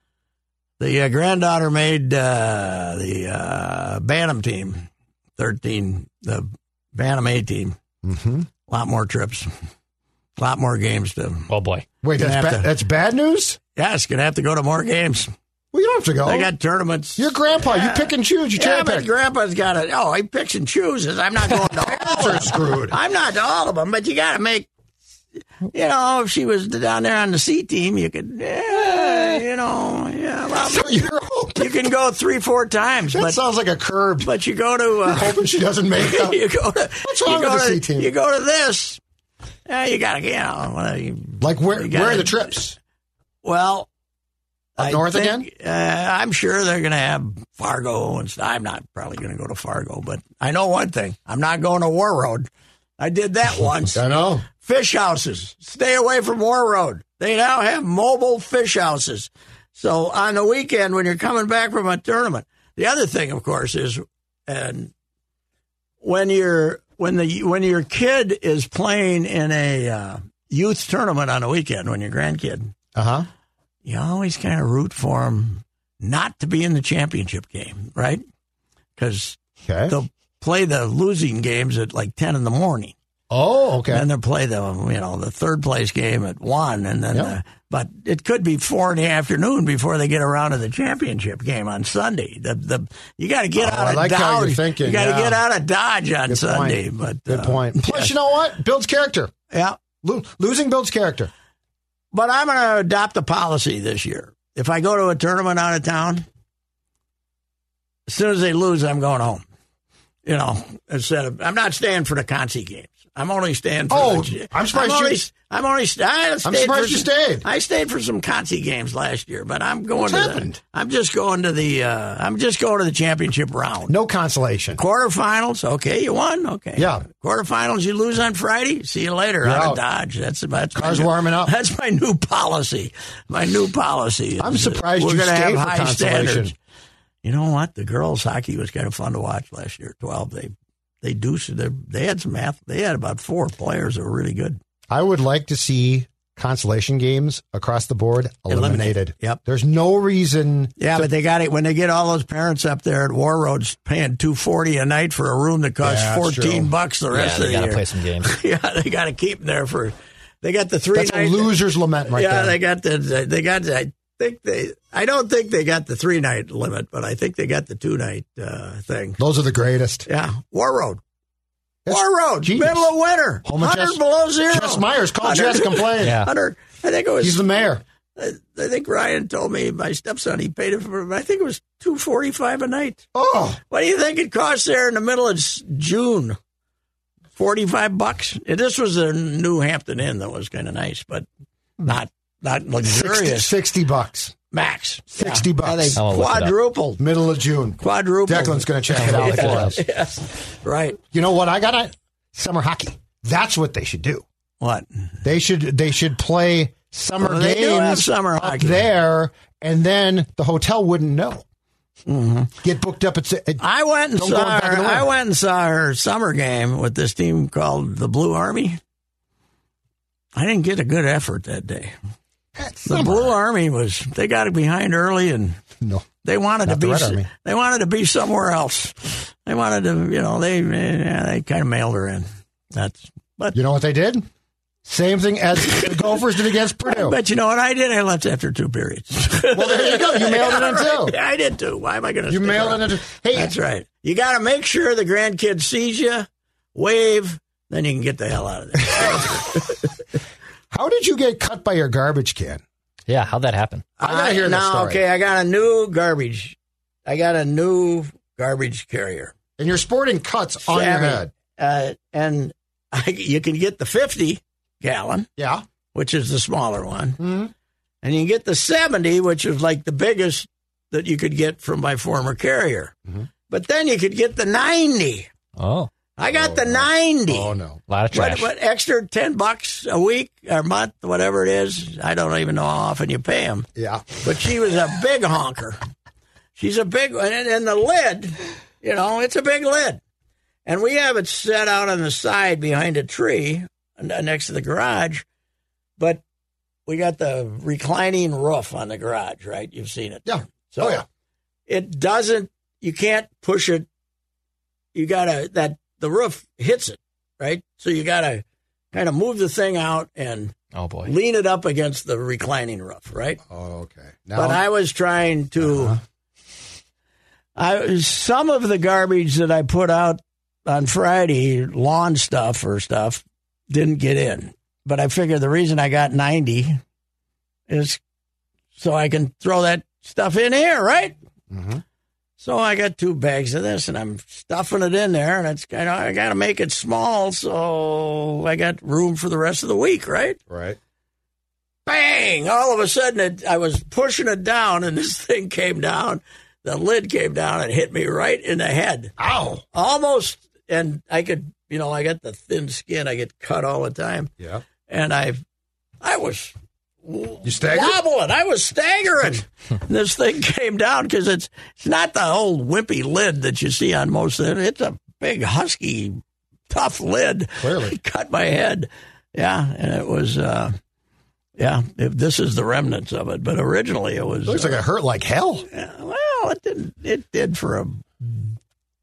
[SPEAKER 2] The uh, granddaughter made uh, the uh, Bantam team, 13, the Bantam A team.
[SPEAKER 5] hmm
[SPEAKER 2] A lot more trips, a lot more games to.
[SPEAKER 6] Oh boy.
[SPEAKER 5] Wait,
[SPEAKER 2] Gonna
[SPEAKER 5] that's
[SPEAKER 2] have
[SPEAKER 5] ba-
[SPEAKER 2] to-
[SPEAKER 5] that's bad news.
[SPEAKER 2] Yeah, it's going to have to go to more games.
[SPEAKER 5] Well, you don't have to go.
[SPEAKER 2] They got tournaments.
[SPEAKER 5] Your grandpa, you pick and choose. You
[SPEAKER 2] yeah,
[SPEAKER 5] can't
[SPEAKER 2] but
[SPEAKER 5] pick.
[SPEAKER 2] Grandpa's got it. Oh, he picks and chooses. I'm not going to all
[SPEAKER 5] You're
[SPEAKER 2] of them.
[SPEAKER 5] screwed.
[SPEAKER 2] I'm not to all of them, but you got to make. You know, if she was down there on the C team, you could. Yeah, you know, yeah. Well,
[SPEAKER 5] So you're hoping.
[SPEAKER 2] you can go three, four times,
[SPEAKER 5] That
[SPEAKER 2] but
[SPEAKER 5] sounds like a curb.
[SPEAKER 2] but you go to. Uh,
[SPEAKER 5] Hoping she doesn't make up.
[SPEAKER 2] you go to
[SPEAKER 5] What's wrong
[SPEAKER 2] you go
[SPEAKER 5] with the
[SPEAKER 2] to,
[SPEAKER 5] C team?
[SPEAKER 2] You go to this. Yeah, you gotta you know. what do you-
[SPEAKER 5] Like where?
[SPEAKER 2] You
[SPEAKER 5] Where are
[SPEAKER 2] gotta-
[SPEAKER 5] the trips?
[SPEAKER 2] Well,
[SPEAKER 5] Up north again?
[SPEAKER 2] Uh, I'm sure they're gonna have Fargo and stuff. I'm not probably gonna go to Fargo, but I know one thing: I'm not going to War Road. I did that once.
[SPEAKER 5] I know.
[SPEAKER 2] fish houses. Stay away from War Road. They now have mobile fish houses. So on the weekend, when you're coming back from a tournament, the other thing, of course, is and when you're when the when your kid is playing in a uh, youth tournament on a weekend, when your grandkid,
[SPEAKER 5] Uh huh.
[SPEAKER 2] you always kind of root for him not to be in the championship game, right? Because
[SPEAKER 5] Okay.
[SPEAKER 2] they'll play the losing games at like ten in the morning.
[SPEAKER 5] oh, okay.
[SPEAKER 2] And then they play the you know the third place game at one, and then
[SPEAKER 5] Yeah.
[SPEAKER 2] the, but it could be four in the afternoon before they get around to the championship game on Sunday. The the you got to get
[SPEAKER 5] Oh,
[SPEAKER 2] out
[SPEAKER 5] I
[SPEAKER 2] of
[SPEAKER 5] like
[SPEAKER 2] Dodge.
[SPEAKER 5] how you're thinking,
[SPEAKER 2] you got to
[SPEAKER 5] yeah.
[SPEAKER 2] get out of Dodge on
[SPEAKER 5] Good point.
[SPEAKER 2] Sunday. But
[SPEAKER 5] Good
[SPEAKER 2] uh,
[SPEAKER 5] point. Plus, you know what? Builds character.
[SPEAKER 2] yeah,
[SPEAKER 5] Lo- losing builds character.
[SPEAKER 2] but I'm going to adopt a policy this year. If I go to a tournament out of town, as soon as they lose, I'm going home. You know, instead of I'm not staying for the Concy games. I'm only staying for.
[SPEAKER 5] Oh,
[SPEAKER 2] the,
[SPEAKER 5] I'm surprised
[SPEAKER 2] I'm
[SPEAKER 5] you-
[SPEAKER 2] Only, I'm only. I
[SPEAKER 5] I'm
[SPEAKER 2] stayed
[SPEAKER 5] surprised
[SPEAKER 2] for
[SPEAKER 5] you
[SPEAKER 2] some-
[SPEAKER 5] stayed.
[SPEAKER 2] I stayed for some Concy games last year, but I'm going
[SPEAKER 5] What's
[SPEAKER 2] to.
[SPEAKER 5] happened?
[SPEAKER 2] The, I'm just going to the. Uh, I'm just going to the championship round.
[SPEAKER 5] No consolation.
[SPEAKER 2] Quarterfinals, okay, you won, okay.
[SPEAKER 5] Yeah.
[SPEAKER 2] Quarterfinals, you lose on Friday. See you later
[SPEAKER 5] You're
[SPEAKER 2] out
[SPEAKER 5] out.
[SPEAKER 2] of Dodge. That's that's my
[SPEAKER 5] Car's
[SPEAKER 2] new-
[SPEAKER 5] warming up.
[SPEAKER 2] That's my new policy. My new policy.
[SPEAKER 5] I'm
[SPEAKER 2] is that
[SPEAKER 5] surprised
[SPEAKER 2] we're
[SPEAKER 5] you
[SPEAKER 2] gonna
[SPEAKER 5] stayed
[SPEAKER 2] have
[SPEAKER 5] for
[SPEAKER 2] high
[SPEAKER 5] consolation.
[SPEAKER 2] standards. You know what? The girls' hockey was kind of fun to watch last year. Twelve, they they do. They they had some math. They had about four players that were really good.
[SPEAKER 5] I would like to see consolation games across the board eliminated.
[SPEAKER 2] Eliminated. Yep.
[SPEAKER 5] There's no reason.
[SPEAKER 2] Yeah, but they got it when they get all those parents up there at War Roads paying two forty a night for a room that costs
[SPEAKER 5] Yeah, that's
[SPEAKER 2] fourteen
[SPEAKER 5] true.
[SPEAKER 2] bucks the
[SPEAKER 6] Yeah,
[SPEAKER 2] rest
[SPEAKER 6] they
[SPEAKER 2] of
[SPEAKER 6] got
[SPEAKER 2] the
[SPEAKER 6] to
[SPEAKER 2] year.
[SPEAKER 6] play some games.
[SPEAKER 2] yeah, they got to keep them there for. They got the three.
[SPEAKER 5] That's a
[SPEAKER 2] night-
[SPEAKER 5] loser's lament right
[SPEAKER 2] yeah,
[SPEAKER 5] there.
[SPEAKER 2] they got the. They got. I think they. I don't think they got the three night limit, but I think they got the two night uh, thing.
[SPEAKER 5] Those are the greatest.
[SPEAKER 2] Yeah, War Road.
[SPEAKER 5] That's
[SPEAKER 2] War Road,
[SPEAKER 5] genius.
[SPEAKER 2] middle of winter,
[SPEAKER 5] Home of
[SPEAKER 2] hundred
[SPEAKER 5] Jess-
[SPEAKER 2] below zero.
[SPEAKER 5] Jess Myers called
[SPEAKER 2] Hundred-
[SPEAKER 5] Jess complained.
[SPEAKER 6] Yeah.
[SPEAKER 2] Hundred. I think it was.
[SPEAKER 5] He's the mayor.
[SPEAKER 2] I think Ryan told me my stepson he paid it for. I think it was two forty five a night.
[SPEAKER 5] Oh,
[SPEAKER 2] What do you think it costs there in the middle of s- June? Forty five bucks. And This was a New Hampton Inn that was kind of nice, but not not
[SPEAKER 5] 60,
[SPEAKER 2] luxurious.
[SPEAKER 5] 60 bucks.
[SPEAKER 2] Max
[SPEAKER 5] 60 bucks.
[SPEAKER 2] And they Oh.
[SPEAKER 6] I'll look it up.
[SPEAKER 2] quadrupled.
[SPEAKER 5] Middle of June.
[SPEAKER 2] Quadrupled.
[SPEAKER 5] Declan's going to check it out for us.
[SPEAKER 2] Yes. Right.
[SPEAKER 5] You know what? I got to summer hockey. That's what they should do.
[SPEAKER 2] What?
[SPEAKER 5] They should they should play summer
[SPEAKER 2] Well, they
[SPEAKER 5] games
[SPEAKER 2] do have summer
[SPEAKER 5] up
[SPEAKER 2] hockey.
[SPEAKER 5] there, and then the hotel wouldn't know. Get booked up at, at
[SPEAKER 2] Mm-hmm. I went and
[SPEAKER 5] Don't go
[SPEAKER 2] saw
[SPEAKER 5] back in
[SPEAKER 2] her.
[SPEAKER 5] the
[SPEAKER 2] I
[SPEAKER 5] winter.
[SPEAKER 2] went and saw her summer game with this team called the Blue Army. I didn't get a good effort that day. The Blue Army was they got it behind early and
[SPEAKER 5] no.
[SPEAKER 2] They wanted
[SPEAKER 5] Not
[SPEAKER 2] to
[SPEAKER 5] the
[SPEAKER 2] be.
[SPEAKER 5] Red Army.
[SPEAKER 2] They wanted to be somewhere else. They wanted to, you know, they yeah, they kind of mailed her in. That's but
[SPEAKER 5] You know what they did? Same thing as the Gophers did against Purdue.
[SPEAKER 2] but you know what I did? I left after two periods.
[SPEAKER 5] Well, there you go. You mailed it in too.
[SPEAKER 2] yeah, I did too. Why am I going to?
[SPEAKER 5] You mailed it in. Hey,
[SPEAKER 2] That's right. You got to make sure the grandkid sees you, wave, then you can get the hell out of there.
[SPEAKER 5] how did you get cut by your garbage can?
[SPEAKER 6] Yeah, how'd that happen?
[SPEAKER 5] I gotta hear this
[SPEAKER 2] now,
[SPEAKER 5] story.
[SPEAKER 2] okay, I got a new garbage. I got a new garbage carrier.
[SPEAKER 5] And you're sporting cuts on your
[SPEAKER 2] Savvy.
[SPEAKER 5] head.
[SPEAKER 2] Uh, and I, you can get the fifty gallon.
[SPEAKER 5] Yeah.
[SPEAKER 2] which is the smaller one.
[SPEAKER 5] Mhm.
[SPEAKER 2] And you get the 70, which was like the biggest that you could get from my former carrier. But then you could get the 90.
[SPEAKER 6] Oh,
[SPEAKER 2] I got the 90.
[SPEAKER 5] Oh no.
[SPEAKER 6] a lot
[SPEAKER 2] What,
[SPEAKER 6] of trash.
[SPEAKER 2] what extra 10 bucks a week or month, whatever it is. I don't even know how often you pay them.
[SPEAKER 5] Yeah.
[SPEAKER 2] But she was a big honker. She's a big one. And, and the lid, you know, it's a big lid. And we have it set out on the side behind a tree n- next to the garage. But we got the reclining roof on the garage, right? You've seen it.
[SPEAKER 5] Yeah.
[SPEAKER 2] So
[SPEAKER 5] oh yeah.
[SPEAKER 2] it doesn't, you can't push it. You got to, that, the roof hits it, right? So you got to kind of move the thing out and
[SPEAKER 6] Oh boy.
[SPEAKER 2] lean it up against the reclining roof, right?
[SPEAKER 5] Oh okay. Now
[SPEAKER 2] But I was trying to. I some of the garbage that I put out on Friday, lawn stuff or stuff, didn't get in. But I figured the reason I got ninety is so I can throw that stuff in here, right?
[SPEAKER 5] Mhm.
[SPEAKER 2] So I got two bags of this, and I'm stuffing it in there, and it's kind of I got to make it small so I got room for the rest of the week, right?
[SPEAKER 5] right.
[SPEAKER 2] bang! All of a sudden, it, I was pushing it down, and this thing came down. The lid came down and hit me right in the head,
[SPEAKER 5] Ow.
[SPEAKER 2] almost. And I could, you know, I got the thin skin. I get cut all the time,
[SPEAKER 5] Yeah.
[SPEAKER 2] and I, I was
[SPEAKER 5] You staggered?
[SPEAKER 2] wobbling. I was staggering. And this thing came down because it's it's not the old wimpy lid that you see on most of it. It's a big husky, tough lid.
[SPEAKER 5] Clearly.
[SPEAKER 2] It cut my head. Yeah, and it was. Uh, yeah, if this is the remnants of it, but originally it was.
[SPEAKER 5] Looks like it hurt like hell.
[SPEAKER 2] uh, well, it didn't. It did for a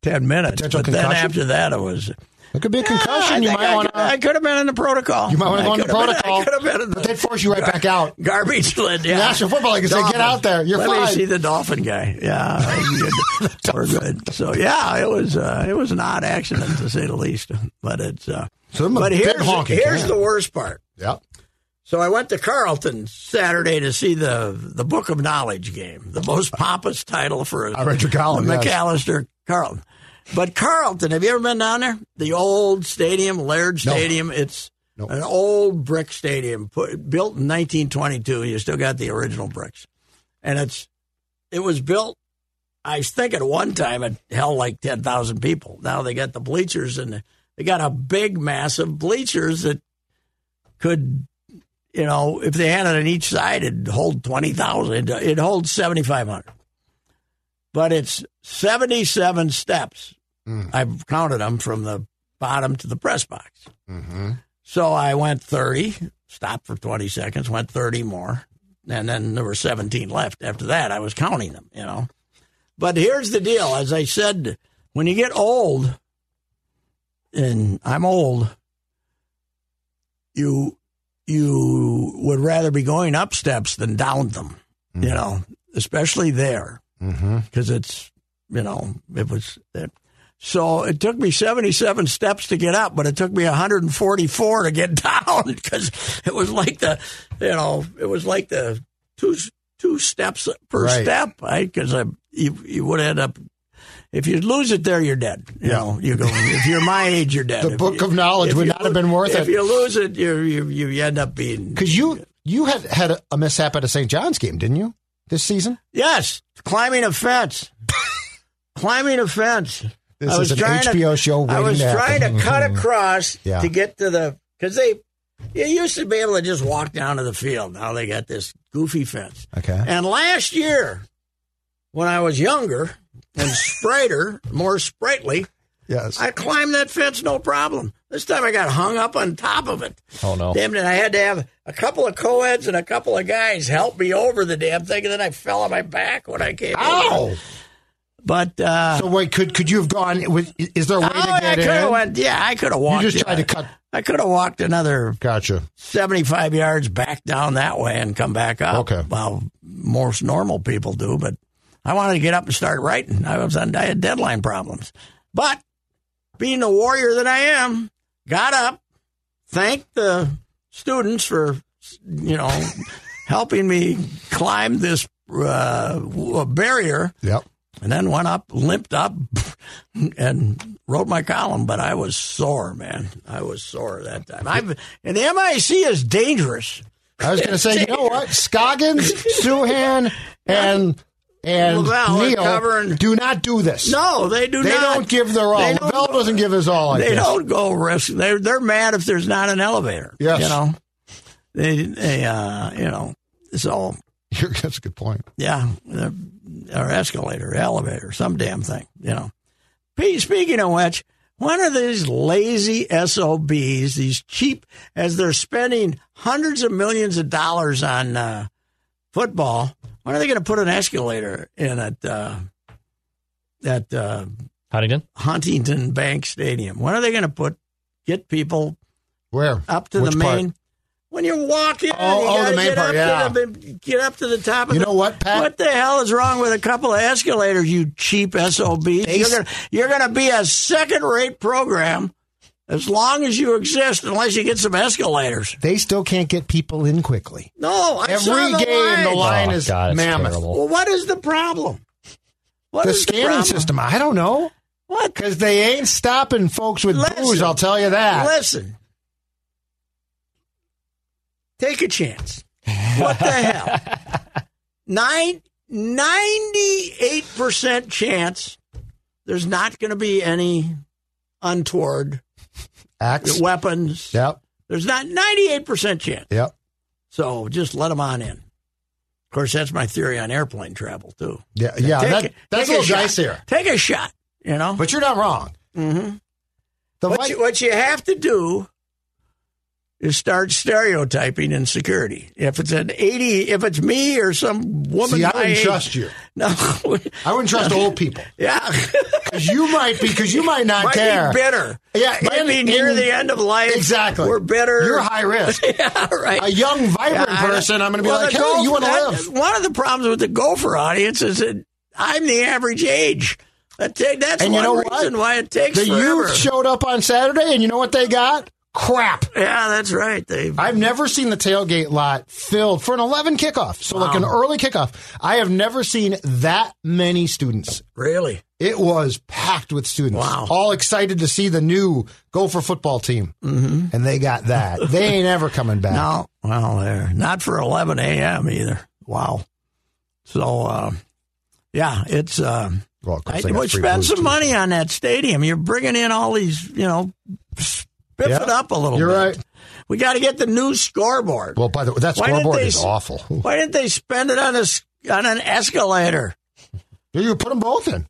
[SPEAKER 2] ten minutes,
[SPEAKER 5] Hmm. Potential
[SPEAKER 2] but then
[SPEAKER 5] concussion?
[SPEAKER 2] after that, it was.
[SPEAKER 5] It could be a
[SPEAKER 2] I
[SPEAKER 5] concussion. you
[SPEAKER 2] think I
[SPEAKER 5] might want
[SPEAKER 2] could- I
[SPEAKER 5] to.
[SPEAKER 2] could have been in the protocol.
[SPEAKER 5] You might want to
[SPEAKER 2] I
[SPEAKER 5] go
[SPEAKER 2] could have
[SPEAKER 5] on the
[SPEAKER 2] been-
[SPEAKER 5] protocol.
[SPEAKER 2] I could have been in the
[SPEAKER 5] But they'd force you right back out.
[SPEAKER 2] garbage lid. Yeah.
[SPEAKER 5] National Football League and say, "Get out there. You're
[SPEAKER 2] Let me
[SPEAKER 5] fine."
[SPEAKER 2] see the dolphin guy. Yeah, we're good. We're good. So yeah, it was uh, it was an odd accident to say the least. But it's uh,
[SPEAKER 5] So I'm a
[SPEAKER 2] but
[SPEAKER 5] big
[SPEAKER 2] here's
[SPEAKER 5] honking
[SPEAKER 2] here's
[SPEAKER 5] can.
[SPEAKER 2] the worst part.
[SPEAKER 5] Yeah.
[SPEAKER 2] So I went to Carlton Saturday to see the the Book of Knowledge game, the most pompous title for a
[SPEAKER 5] I read your column, yes.
[SPEAKER 2] McAllister Carlton. But Carlton, have you ever been down there? The old stadium, Laird
[SPEAKER 5] No.
[SPEAKER 2] Stadium. It's
[SPEAKER 5] No.
[SPEAKER 2] an old brick stadium put, built in 1922. You still got the original bricks, and it's it was built. I think at one time it held like ten thousand people. Now they got the bleachers and they got a big, massive bleachers that could, you know, if they had it on each side, it'd hold 20,000. It'd- It'd hold 7,500. But it's 77 steps. I've counted them from the bottom to the press box.
[SPEAKER 5] Mm-hmm.
[SPEAKER 2] So I went 30, stopped for 20 seconds, went 30 more, and then there were 17 left. After that, I was counting them, you know. But here's the deal. As I said, when you get old, and I'm old, you you would rather be going up steps than down them, you know, especially there
[SPEAKER 5] Mm-hmm.
[SPEAKER 2] because it's you know it was it, so it took me 77 steps to get up but it took me 144 to get down because it was like the you know it was like the two two steps per
[SPEAKER 5] Right.
[SPEAKER 2] step right because i you, you would end up if you lose it there you're dead you know you go if you're my age you're dead
[SPEAKER 5] The
[SPEAKER 2] If
[SPEAKER 5] book
[SPEAKER 2] you-
[SPEAKER 5] of knowledge
[SPEAKER 2] if
[SPEAKER 5] would
[SPEAKER 2] you
[SPEAKER 5] not have
[SPEAKER 2] lo-
[SPEAKER 5] been worth
[SPEAKER 2] if
[SPEAKER 5] it.
[SPEAKER 2] you lose it you you, you end up being
[SPEAKER 5] Because you you had had a mishap at a St. John's game, didn't you? This season.
[SPEAKER 2] yes climbing a fence climbing a fence
[SPEAKER 5] This
[SPEAKER 2] I
[SPEAKER 5] is
[SPEAKER 2] was
[SPEAKER 5] an
[SPEAKER 2] trying to-
[SPEAKER 5] HBO show. Waiting
[SPEAKER 2] I was
[SPEAKER 5] to
[SPEAKER 2] trying
[SPEAKER 5] happen. Mm-hmm.
[SPEAKER 2] to cut across
[SPEAKER 5] Yeah.
[SPEAKER 2] to get to the because they you used to be able to just walk down to the field. Now they got this goofy fence.
[SPEAKER 5] Okay.
[SPEAKER 2] And last year, when I was younger and spraighter, more sprightly,
[SPEAKER 5] Yes.
[SPEAKER 2] I climbed that fence no problem. This time I got hung up on top of it.
[SPEAKER 6] Oh no.
[SPEAKER 2] Damn it! I had to have a couple of co-eds and a couple of guys help me over the damn thing, and then I fell on my back when I came. over.
[SPEAKER 5] Ow!
[SPEAKER 2] But uh,
[SPEAKER 5] oh! So wait, could could you have gone? With, is there a way
[SPEAKER 2] oh,
[SPEAKER 5] to
[SPEAKER 2] I
[SPEAKER 5] get
[SPEAKER 2] could have
[SPEAKER 5] in?
[SPEAKER 2] went. Yeah, I could have
[SPEAKER 5] you
[SPEAKER 2] walked.
[SPEAKER 5] just
[SPEAKER 2] it.
[SPEAKER 5] tried to cut.
[SPEAKER 2] I could have walked another
[SPEAKER 5] Gotcha.
[SPEAKER 2] 75 yards back down that way and come back up.
[SPEAKER 5] Okay.
[SPEAKER 2] Well, most normal people do, but I wanted to get up and start writing. I was on, I had deadline problems. But being the warrior that I am, got up, thanked the students for, you know, helping me climb this uh, w- barrier
[SPEAKER 5] Yep.
[SPEAKER 2] and then went up, limped up, and wrote my column. But I was sore, man. I was sore that time. I've and the MIC is dangerous.
[SPEAKER 5] I was going to say, you know what? Scoggins, Suhan, and and
[SPEAKER 2] Lavelle are
[SPEAKER 5] Neal
[SPEAKER 2] covering-
[SPEAKER 5] do not do this.
[SPEAKER 2] No, they do
[SPEAKER 5] they
[SPEAKER 2] not.
[SPEAKER 5] don't give their all.
[SPEAKER 2] They don't
[SPEAKER 5] Lavelle doesn't give his all. I
[SPEAKER 2] they
[SPEAKER 5] guess.
[SPEAKER 2] don't go risk. They're they're mad if there's not an elevator.
[SPEAKER 5] Yes.
[SPEAKER 2] you know. They they uh you know so
[SPEAKER 5] You're- That's a good point.
[SPEAKER 2] yeah uh, or escalator elevator some damn thing you know. Pete, speaking of which. When are these lazy SOBs, these cheap, as they're spending hundreds of millions of dollars on uh, football, when are they going to put an escalator in at uh, at uh,
[SPEAKER 6] Huntington.
[SPEAKER 2] Huntington Bank Stadium? When are they going to put get people
[SPEAKER 5] Where?
[SPEAKER 2] up to
[SPEAKER 5] Which
[SPEAKER 2] the
[SPEAKER 5] part?
[SPEAKER 2] main? When you walk in,
[SPEAKER 5] Oh,
[SPEAKER 2] you
[SPEAKER 5] oh, the
[SPEAKER 2] gotta
[SPEAKER 5] main
[SPEAKER 2] get
[SPEAKER 5] part,
[SPEAKER 2] up to the, get up to the top. Of
[SPEAKER 5] You
[SPEAKER 2] the,
[SPEAKER 5] know what, Pat?
[SPEAKER 2] What the hell is wrong with a couple of escalators? You cheap SOBs! You're gonna you're gonna be a second rate program as long as you exist, unless you get some escalators.
[SPEAKER 5] They still can't get people in quickly.
[SPEAKER 2] No, I saw
[SPEAKER 5] Every
[SPEAKER 2] the
[SPEAKER 5] game, the
[SPEAKER 2] lines.
[SPEAKER 5] line
[SPEAKER 6] Oh,
[SPEAKER 5] is
[SPEAKER 6] God, it's
[SPEAKER 5] mammoth.
[SPEAKER 6] terrible.
[SPEAKER 2] Well, what is the problem? What
[SPEAKER 5] The
[SPEAKER 2] is
[SPEAKER 5] scanning
[SPEAKER 2] problem?
[SPEAKER 5] system. I don't know
[SPEAKER 2] What
[SPEAKER 5] because they ain't stopping folks with
[SPEAKER 2] Listen.
[SPEAKER 5] booze. I'll tell you that.
[SPEAKER 2] Listen, take a chance. What the hell? Nine, 98% chance there's not going to be any untoward
[SPEAKER 5] Axe.
[SPEAKER 2] weapons.
[SPEAKER 5] Yep.
[SPEAKER 2] There's not 98% chance.
[SPEAKER 5] Yep.
[SPEAKER 2] So just let them on in. Of course, that's my theory on airplane travel, too.
[SPEAKER 5] Yeah. Yeah.
[SPEAKER 2] Take
[SPEAKER 5] that-
[SPEAKER 2] it-
[SPEAKER 5] that's a
[SPEAKER 2] take
[SPEAKER 5] little
[SPEAKER 2] shot.
[SPEAKER 5] dice here,
[SPEAKER 2] Take a shot, you know?
[SPEAKER 5] but you're not wrong.
[SPEAKER 2] mm-hmm.
[SPEAKER 5] The
[SPEAKER 2] what,
[SPEAKER 5] Vi-
[SPEAKER 2] you, what you have to do is start stereotyping in security. If it's an eighty, if it's me or some woman,
[SPEAKER 5] See, I
[SPEAKER 2] my
[SPEAKER 5] wouldn't
[SPEAKER 2] age-
[SPEAKER 5] trust you.
[SPEAKER 2] No,
[SPEAKER 5] I wouldn't trust old people.
[SPEAKER 2] yeah,
[SPEAKER 5] Because you might be, because you might not
[SPEAKER 2] might
[SPEAKER 5] care.
[SPEAKER 2] be bitter.
[SPEAKER 5] Yeah,
[SPEAKER 2] might
[SPEAKER 5] and-
[SPEAKER 2] be near
[SPEAKER 5] and-
[SPEAKER 2] the end of life.
[SPEAKER 5] Exactly.
[SPEAKER 2] we're bitter.
[SPEAKER 5] You're high risk.
[SPEAKER 2] yeah, right.
[SPEAKER 5] A young, vibrant
[SPEAKER 2] Yeah, I-
[SPEAKER 5] person, I'm going to be
[SPEAKER 2] Well,
[SPEAKER 5] like,
[SPEAKER 2] the
[SPEAKER 5] hey, you
[SPEAKER 2] gopher-
[SPEAKER 5] want to
[SPEAKER 2] that-
[SPEAKER 5] live.
[SPEAKER 2] One of the problems with the gopher audience is that I'm the average age. That ta- that's
[SPEAKER 5] And you
[SPEAKER 2] one
[SPEAKER 5] know what?
[SPEAKER 2] reason why it takes
[SPEAKER 5] The
[SPEAKER 2] forever.
[SPEAKER 5] youth showed up on Saturday, and you know what they got? Crap.
[SPEAKER 2] yeah, that's right. They
[SPEAKER 5] I've never seen the tailgate lot filled for an 11 kickoff. So, like an early kickoff. I have never seen that many students.
[SPEAKER 2] really.
[SPEAKER 5] It was packed with students.
[SPEAKER 2] Wow.
[SPEAKER 5] All excited to see the new Gopher football team. Mm-hmm. And they got that. they ain't ever coming back.
[SPEAKER 2] No, well, there not for 11 a.m. either. Wow. So, uh, yeah, it's. Uh,
[SPEAKER 5] Well, of course,
[SPEAKER 2] I,
[SPEAKER 5] they got
[SPEAKER 2] well,
[SPEAKER 5] free
[SPEAKER 2] spend
[SPEAKER 5] booze,
[SPEAKER 2] some
[SPEAKER 5] too.
[SPEAKER 2] money on that stadium. You're bringing in all these, you know, spiff
[SPEAKER 5] Yeah.
[SPEAKER 2] it up a little.
[SPEAKER 5] You're
[SPEAKER 2] bit.
[SPEAKER 5] right.
[SPEAKER 2] We got to get the new scoreboard.
[SPEAKER 5] Well, by the way, that
[SPEAKER 2] Why didn't
[SPEAKER 5] scoreboard
[SPEAKER 2] they
[SPEAKER 5] is
[SPEAKER 2] s-
[SPEAKER 5] awful.
[SPEAKER 2] Why didn't they spend it on a s- on an escalator?
[SPEAKER 5] You put them both in.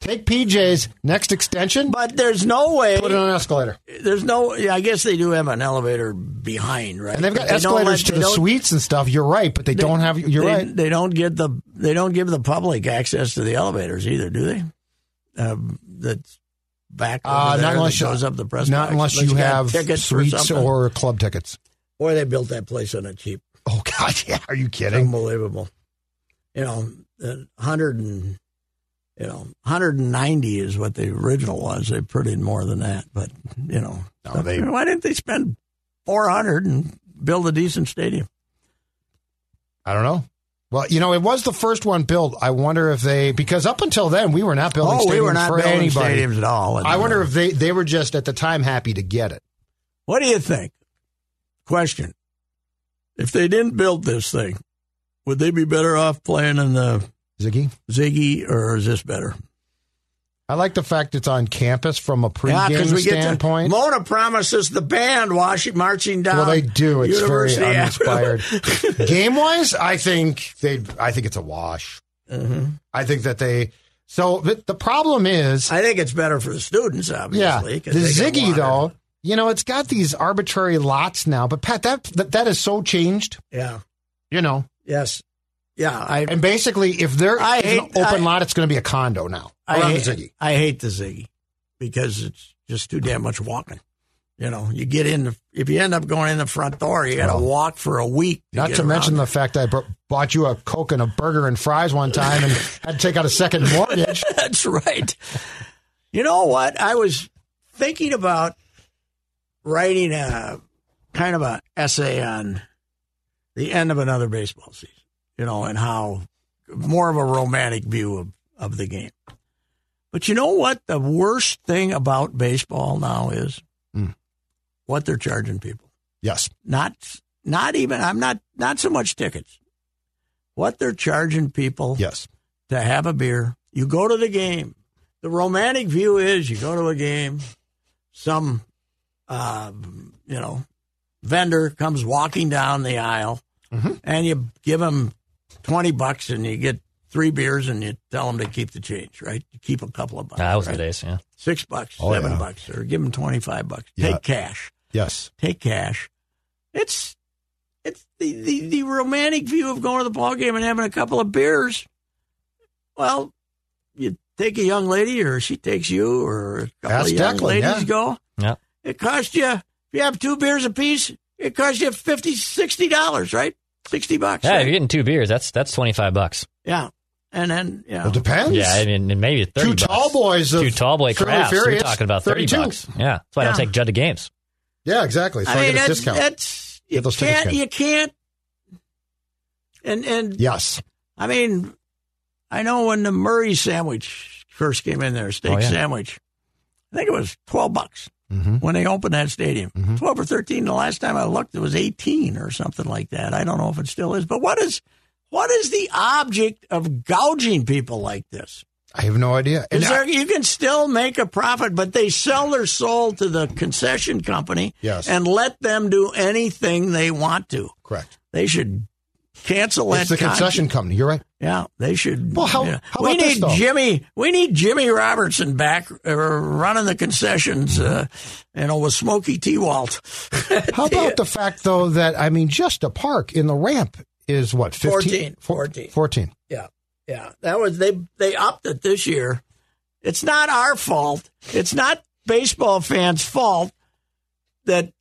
[SPEAKER 5] Take PJ's next extension,
[SPEAKER 2] But there's no way.
[SPEAKER 5] put it on an escalator.
[SPEAKER 2] There's no. Yeah, I guess they do have an elevator behind, right?
[SPEAKER 5] And they've got
[SPEAKER 2] They don't let-
[SPEAKER 5] escalators to
[SPEAKER 2] they
[SPEAKER 5] the
[SPEAKER 2] don't-
[SPEAKER 5] suites and stuff. You're right, but they, don't have. You're
[SPEAKER 2] they,
[SPEAKER 5] right.
[SPEAKER 2] They don't give the. They don't give the public access to the elevators either, do they? Um, that's back. over
[SPEAKER 5] Uh,
[SPEAKER 2] there
[SPEAKER 5] not unless
[SPEAKER 2] that
[SPEAKER 5] you,
[SPEAKER 2] goes up the press.
[SPEAKER 5] not
[SPEAKER 2] box.
[SPEAKER 5] unless you
[SPEAKER 2] got
[SPEAKER 5] have
[SPEAKER 2] tickets
[SPEAKER 5] suites
[SPEAKER 2] something.
[SPEAKER 5] or club tickets.
[SPEAKER 2] Boy, they built that place on a cheap.
[SPEAKER 5] Oh God, yeah. Are you kidding?
[SPEAKER 2] Unbelievable. You know, hundred and you know, hundred and ninety is what the original was. They printed more than that, but you know,
[SPEAKER 5] No, they-
[SPEAKER 2] why didn't they spend four hundred and build a decent stadium?
[SPEAKER 5] I don't know. Well, you know, it was the first one built. I wonder if they because up until then we were not building
[SPEAKER 2] oh,
[SPEAKER 5] stadiums
[SPEAKER 2] we were not
[SPEAKER 5] for
[SPEAKER 2] building
[SPEAKER 5] anybody.
[SPEAKER 2] stadiums at all.
[SPEAKER 5] I wonder if they they were just at the time happy to get it.
[SPEAKER 2] what do you think? Question: If they didn't build this thing, would they be better off playing in the
[SPEAKER 5] Ziggy,
[SPEAKER 2] Ziggy, or is this better?
[SPEAKER 5] I like the fact it's on campus from a
[SPEAKER 2] Yeah,
[SPEAKER 5] pregame
[SPEAKER 2] 'cause we get to-
[SPEAKER 5] standpoint.
[SPEAKER 2] Mona promises the band washing, marching down.
[SPEAKER 5] well, they do. It's
[SPEAKER 2] University
[SPEAKER 5] very
[SPEAKER 2] Avenue.
[SPEAKER 5] uninspired. Game wise, I think they. I think it's a wash.
[SPEAKER 2] Mhm.
[SPEAKER 5] I think that they. So the, the problem is,
[SPEAKER 2] I think it's better for the students, obviously.
[SPEAKER 5] yeah,
[SPEAKER 2] 'cause
[SPEAKER 5] the
[SPEAKER 2] they can
[SPEAKER 5] Ziggy
[SPEAKER 2] wander.
[SPEAKER 5] though. You know, it's got these arbitrary lots now. But Pat, that that, that is so changed.
[SPEAKER 2] Yeah.
[SPEAKER 5] You know,
[SPEAKER 2] Yes. Yeah. I
[SPEAKER 5] and basically, if there
[SPEAKER 2] I
[SPEAKER 5] is an
[SPEAKER 2] hate-
[SPEAKER 5] open
[SPEAKER 2] I-
[SPEAKER 5] lot, it's going to be a condo now
[SPEAKER 2] I
[SPEAKER 5] around
[SPEAKER 2] hate,
[SPEAKER 5] the Ziggy.
[SPEAKER 2] I hate the Ziggy because it's just too damn much walking. You know, you get in the if you end up going in the front door, you got to
[SPEAKER 5] Well,
[SPEAKER 2] walk for a week.
[SPEAKER 5] Not to mention the fact I br- bought you a Coke and a burger and fries one time and had to take out a second mortgage.
[SPEAKER 2] the. That's right. you know what? I was thinking about writing a kind of a essay on the end of another baseball season. You know, and how more of a romantic view of, of the game. But you know what the worst thing about baseball now is?
[SPEAKER 5] Hmm.
[SPEAKER 2] What they're charging people.
[SPEAKER 5] Yes.
[SPEAKER 2] Not not even I'm not not so much tickets. What they're charging people
[SPEAKER 5] Yes.
[SPEAKER 2] to have a beer. You go to the game. The romantic view is you go to a game, some uh, you know, vendor comes walking down the aisle
[SPEAKER 5] Mm-hmm.
[SPEAKER 2] and you give him 20 bucks and you get three beers and you tell him to keep the change, right? You keep a couple of bucks.
[SPEAKER 6] That was
[SPEAKER 2] right?
[SPEAKER 6] the days, yeah.
[SPEAKER 2] Six bucks,
[SPEAKER 5] Oh,
[SPEAKER 2] seven
[SPEAKER 5] yeah.
[SPEAKER 2] bucks, or give him 25 bucks.
[SPEAKER 5] Yeah.
[SPEAKER 2] Take cash.
[SPEAKER 5] Yes.
[SPEAKER 2] Take cash. It's it's the, the, the romantic view of going to the ballgame and having a couple of beers. Well, you take a young lady or she takes you or a couple
[SPEAKER 5] Ask
[SPEAKER 2] of young
[SPEAKER 5] Declan,
[SPEAKER 2] ladies
[SPEAKER 5] yeah.
[SPEAKER 2] go.
[SPEAKER 6] Yeah.
[SPEAKER 2] It costs you, if you have two beers apiece, it costs you 50 $60, right? 60 bucks.
[SPEAKER 6] Yeah,
[SPEAKER 2] right?
[SPEAKER 6] if you're getting two beers, that's that's twenty five bucks.
[SPEAKER 2] Yeah. And then, you know,
[SPEAKER 5] Well, it depends.
[SPEAKER 6] Yeah, I mean, and maybe
[SPEAKER 5] Two
[SPEAKER 6] thirty. bucks.
[SPEAKER 5] tall boys of
[SPEAKER 6] two tall boy
[SPEAKER 5] Fairly
[SPEAKER 6] crafts. You're
[SPEAKER 5] Furious,
[SPEAKER 6] talking about thirty
[SPEAKER 5] 32.
[SPEAKER 6] bucks. Yeah, that's why I don't
[SPEAKER 2] Yeah.
[SPEAKER 6] take Judd to games.
[SPEAKER 5] Yeah, exactly. So I,
[SPEAKER 2] I mean,
[SPEAKER 5] get a
[SPEAKER 2] that's,
[SPEAKER 5] discount.
[SPEAKER 2] that's
[SPEAKER 5] Get
[SPEAKER 2] you
[SPEAKER 5] those tickets
[SPEAKER 2] can't,
[SPEAKER 5] again.
[SPEAKER 2] you can't, and, and
[SPEAKER 5] yes.
[SPEAKER 2] I mean, I know when the Murray sandwich first came in there, steak
[SPEAKER 6] Oh, yeah.
[SPEAKER 2] sandwich, I think it was 12 bucks
[SPEAKER 5] Mm-hmm.
[SPEAKER 2] when they opened that stadium. 12 or 13. The last time I looked, it was 18 or something like that. I don't know if it still is, but what is, what is the object of gouging people like this?
[SPEAKER 5] I have no idea. And uh,
[SPEAKER 2] Is
[SPEAKER 5] I-
[SPEAKER 2] there, you can still make a profit, but they sell their soul to the concession company
[SPEAKER 5] Yes.
[SPEAKER 2] and let them do anything they want to.
[SPEAKER 5] correct.
[SPEAKER 2] They should cancel
[SPEAKER 5] It's
[SPEAKER 2] that
[SPEAKER 5] the concession company. You're right.
[SPEAKER 2] yeah, they should.
[SPEAKER 5] Well, how-
[SPEAKER 2] yeah.
[SPEAKER 5] how
[SPEAKER 2] we
[SPEAKER 5] about this,
[SPEAKER 2] need
[SPEAKER 5] though?
[SPEAKER 2] Jimmy. We need Jimmy Robertson back uh, running the concessions. Uh, you know, with Smokey T. Walt.
[SPEAKER 5] How about the fact, though, that, I mean, just a park in the ramp is what? 15?
[SPEAKER 2] 14.
[SPEAKER 5] Four-
[SPEAKER 2] 14.
[SPEAKER 5] 14.
[SPEAKER 2] yeah, yeah. That was they. They upped it this year. It's not our fault. It's not baseball fans' fault that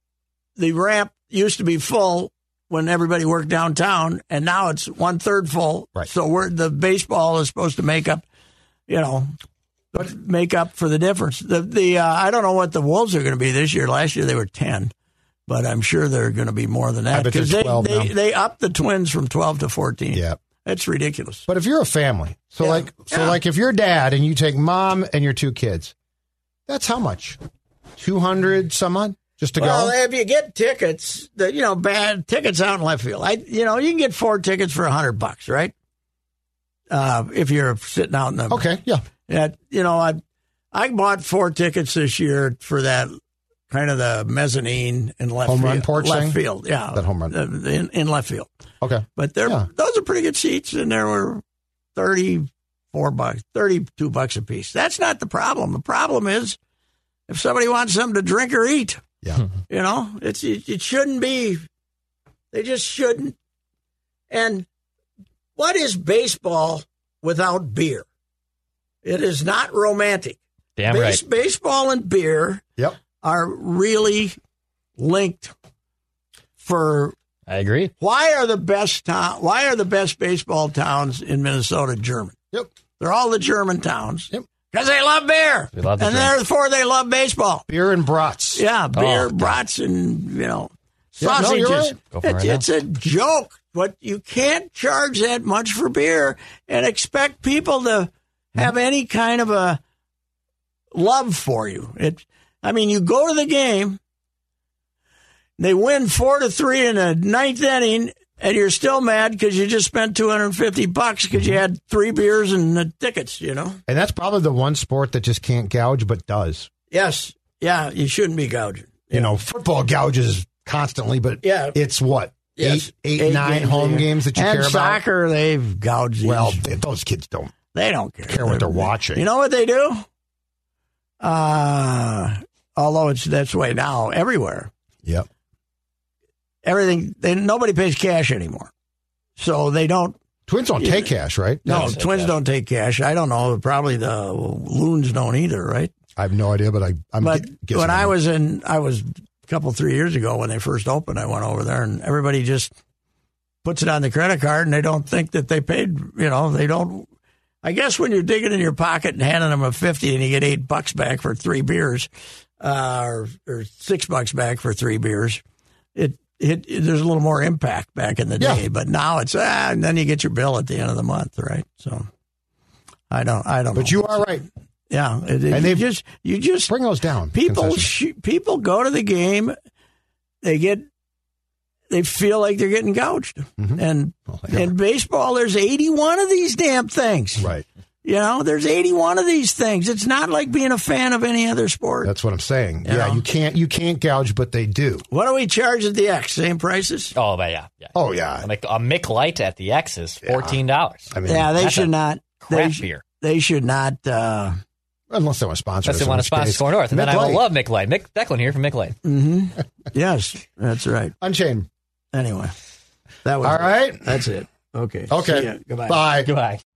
[SPEAKER 2] the ramp used to be full when everybody worked downtown, and now it's one third full.
[SPEAKER 5] Right.
[SPEAKER 2] So we're the baseball is supposed to make up. You know, make up for the difference. The the uh, I don't know what the Wolves are going to be this year. Last year they were ten, but I'm sure they're going to be more than that
[SPEAKER 5] bet they're
[SPEAKER 2] they
[SPEAKER 5] 12
[SPEAKER 2] they,
[SPEAKER 5] now.
[SPEAKER 2] they upped the Twins from twelve to fourteen.
[SPEAKER 5] Yeah.
[SPEAKER 2] that's ridiculous.
[SPEAKER 5] But if you're a family, so
[SPEAKER 2] Yeah.
[SPEAKER 5] like, so
[SPEAKER 2] Yeah.
[SPEAKER 5] like, if you're dad and you take mom and your two kids, that's how much? Two hundred some odd just to
[SPEAKER 2] Well, eh.
[SPEAKER 5] go.
[SPEAKER 2] if you get tickets, the, you know, bad tickets out in left field. I, you know, you can get four tickets for a hundred bucks, right? Uh, if you're sitting out in the
[SPEAKER 5] okay, yeah,
[SPEAKER 2] Yeah, you know, I I bought four tickets this year for that kind of the mezzanine in left
[SPEAKER 5] Home
[SPEAKER 2] field,
[SPEAKER 5] run porch
[SPEAKER 2] left
[SPEAKER 5] thing?
[SPEAKER 2] field, yeah,
[SPEAKER 5] That home run.
[SPEAKER 2] uh, in, in left field.
[SPEAKER 5] okay.
[SPEAKER 2] But there,
[SPEAKER 5] Yeah.
[SPEAKER 2] those are pretty good seats, and there were thirty four bucks, 32 bucks a piece. That's not the problem. The problem is if somebody wants something to drink or eat,
[SPEAKER 5] Yeah.
[SPEAKER 2] you know, it's it, it shouldn't be. They just shouldn't. And what is baseball without beer? It is not romantic.
[SPEAKER 6] Damn
[SPEAKER 2] Base,
[SPEAKER 6] right.
[SPEAKER 2] Baseball and beer
[SPEAKER 5] Yep.
[SPEAKER 2] are really linked for
[SPEAKER 6] I agree.
[SPEAKER 2] why are the best town why are the best baseball towns in Minnesota German?
[SPEAKER 5] Yep.
[SPEAKER 2] They're all the German towns.
[SPEAKER 5] Yep.
[SPEAKER 2] Because they love beer.
[SPEAKER 6] They love the
[SPEAKER 2] and
[SPEAKER 6] Germans.
[SPEAKER 2] therefore they love baseball.
[SPEAKER 5] Beer and brats.
[SPEAKER 2] Yeah, beer,
[SPEAKER 6] God.
[SPEAKER 2] brats, and you know
[SPEAKER 5] Yeah, no,
[SPEAKER 2] sausages.
[SPEAKER 5] you're right.
[SPEAKER 6] Go for
[SPEAKER 2] it's,
[SPEAKER 6] it now.
[SPEAKER 2] it's a joke, but you can't charge that much for beer and expect people to have any kind of a love for you. It, I mean, you go to the game, they win four to three in the ninth inning. And you're still mad because you just spent 250 bucks because you had three beers and the tickets, you know?
[SPEAKER 5] And that's probably the one sport that just can't gouge, but does.
[SPEAKER 2] Yes. Yeah, you shouldn't be gouging.
[SPEAKER 5] You know, football gouges constantly, but
[SPEAKER 2] Yeah.
[SPEAKER 5] it's what?
[SPEAKER 2] Yes.
[SPEAKER 5] eight, eight, nine
[SPEAKER 2] games
[SPEAKER 5] home
[SPEAKER 2] a year.
[SPEAKER 5] games that you
[SPEAKER 2] and
[SPEAKER 5] care about?
[SPEAKER 2] soccer, they've gouged.
[SPEAKER 5] Well,
[SPEAKER 2] Well,
[SPEAKER 5] th- those kids don't
[SPEAKER 2] they don't care.
[SPEAKER 5] care what they're watching.
[SPEAKER 2] You know what they do? Uh, although it's that's the way now everywhere.
[SPEAKER 5] Yep.
[SPEAKER 2] Everything they nobody pays cash anymore, so they don't.
[SPEAKER 5] Twins don't take cash, right?
[SPEAKER 2] No,
[SPEAKER 6] don't take
[SPEAKER 2] twins
[SPEAKER 6] cash.
[SPEAKER 2] don't take cash. I don't know. Probably the loons don't either, right?
[SPEAKER 5] I have no idea, but I, I'm
[SPEAKER 2] but
[SPEAKER 5] gu- guessing.
[SPEAKER 2] when I was in, I was a couple three years ago when they first opened. I went over there, and everybody just puts it on the credit card, and they don't think that they paid. You know, they don't. I guess when you're digging in your pocket and handing them a fifty, and you get eight bucks back for three beers, uh, or, or six bucks back for three beers, it, it there's a little more impact back in the
[SPEAKER 5] Yeah.
[SPEAKER 2] day. But now it's ah, and then you get your bill at the end of the month, right? So. I don't. I don't. know.
[SPEAKER 5] But you are right.
[SPEAKER 2] yeah. It, it,
[SPEAKER 5] And
[SPEAKER 2] you
[SPEAKER 5] they've-
[SPEAKER 2] just, you just
[SPEAKER 5] Bring those down.
[SPEAKER 2] people
[SPEAKER 5] concessions.
[SPEAKER 2] sh- people go to the game they get they feel like they're getting gouged and
[SPEAKER 5] Mm-hmm. Well, yeah.
[SPEAKER 2] in baseball there's 81 of these damn things
[SPEAKER 5] Right.
[SPEAKER 2] you know there's 81 of these things it's not like being a fan of any other sport
[SPEAKER 5] That's what I'm saying.
[SPEAKER 2] You
[SPEAKER 5] Yeah,
[SPEAKER 2] know?
[SPEAKER 5] you can't you can't gouge, but they do.
[SPEAKER 2] what do we charge at the x same prices
[SPEAKER 6] Oh, but yeah, yeah.
[SPEAKER 5] Oh yeah.
[SPEAKER 6] Like a Mick Light at the X is fourteen dollars.
[SPEAKER 5] I mean,
[SPEAKER 2] yeah they
[SPEAKER 6] that's
[SPEAKER 2] should
[SPEAKER 6] a
[SPEAKER 2] not they,
[SPEAKER 6] Crap
[SPEAKER 2] sh-
[SPEAKER 6] beer.
[SPEAKER 2] they should not uh
[SPEAKER 5] unless they want to sponsor.
[SPEAKER 6] Unless
[SPEAKER 5] us,
[SPEAKER 6] they
[SPEAKER 5] in
[SPEAKER 6] want to
[SPEAKER 5] which
[SPEAKER 6] sponsor
[SPEAKER 5] case-
[SPEAKER 6] Score North, and then I will
[SPEAKER 5] Midlife.
[SPEAKER 6] love Mick Light. Mick Declan here from Mick Light.
[SPEAKER 2] yes that's right
[SPEAKER 5] Unchained.
[SPEAKER 2] anyway that was
[SPEAKER 5] All right.
[SPEAKER 2] that's it okay See ya.
[SPEAKER 5] Okay.
[SPEAKER 2] goodbye
[SPEAKER 5] Bye.
[SPEAKER 6] Goodbye.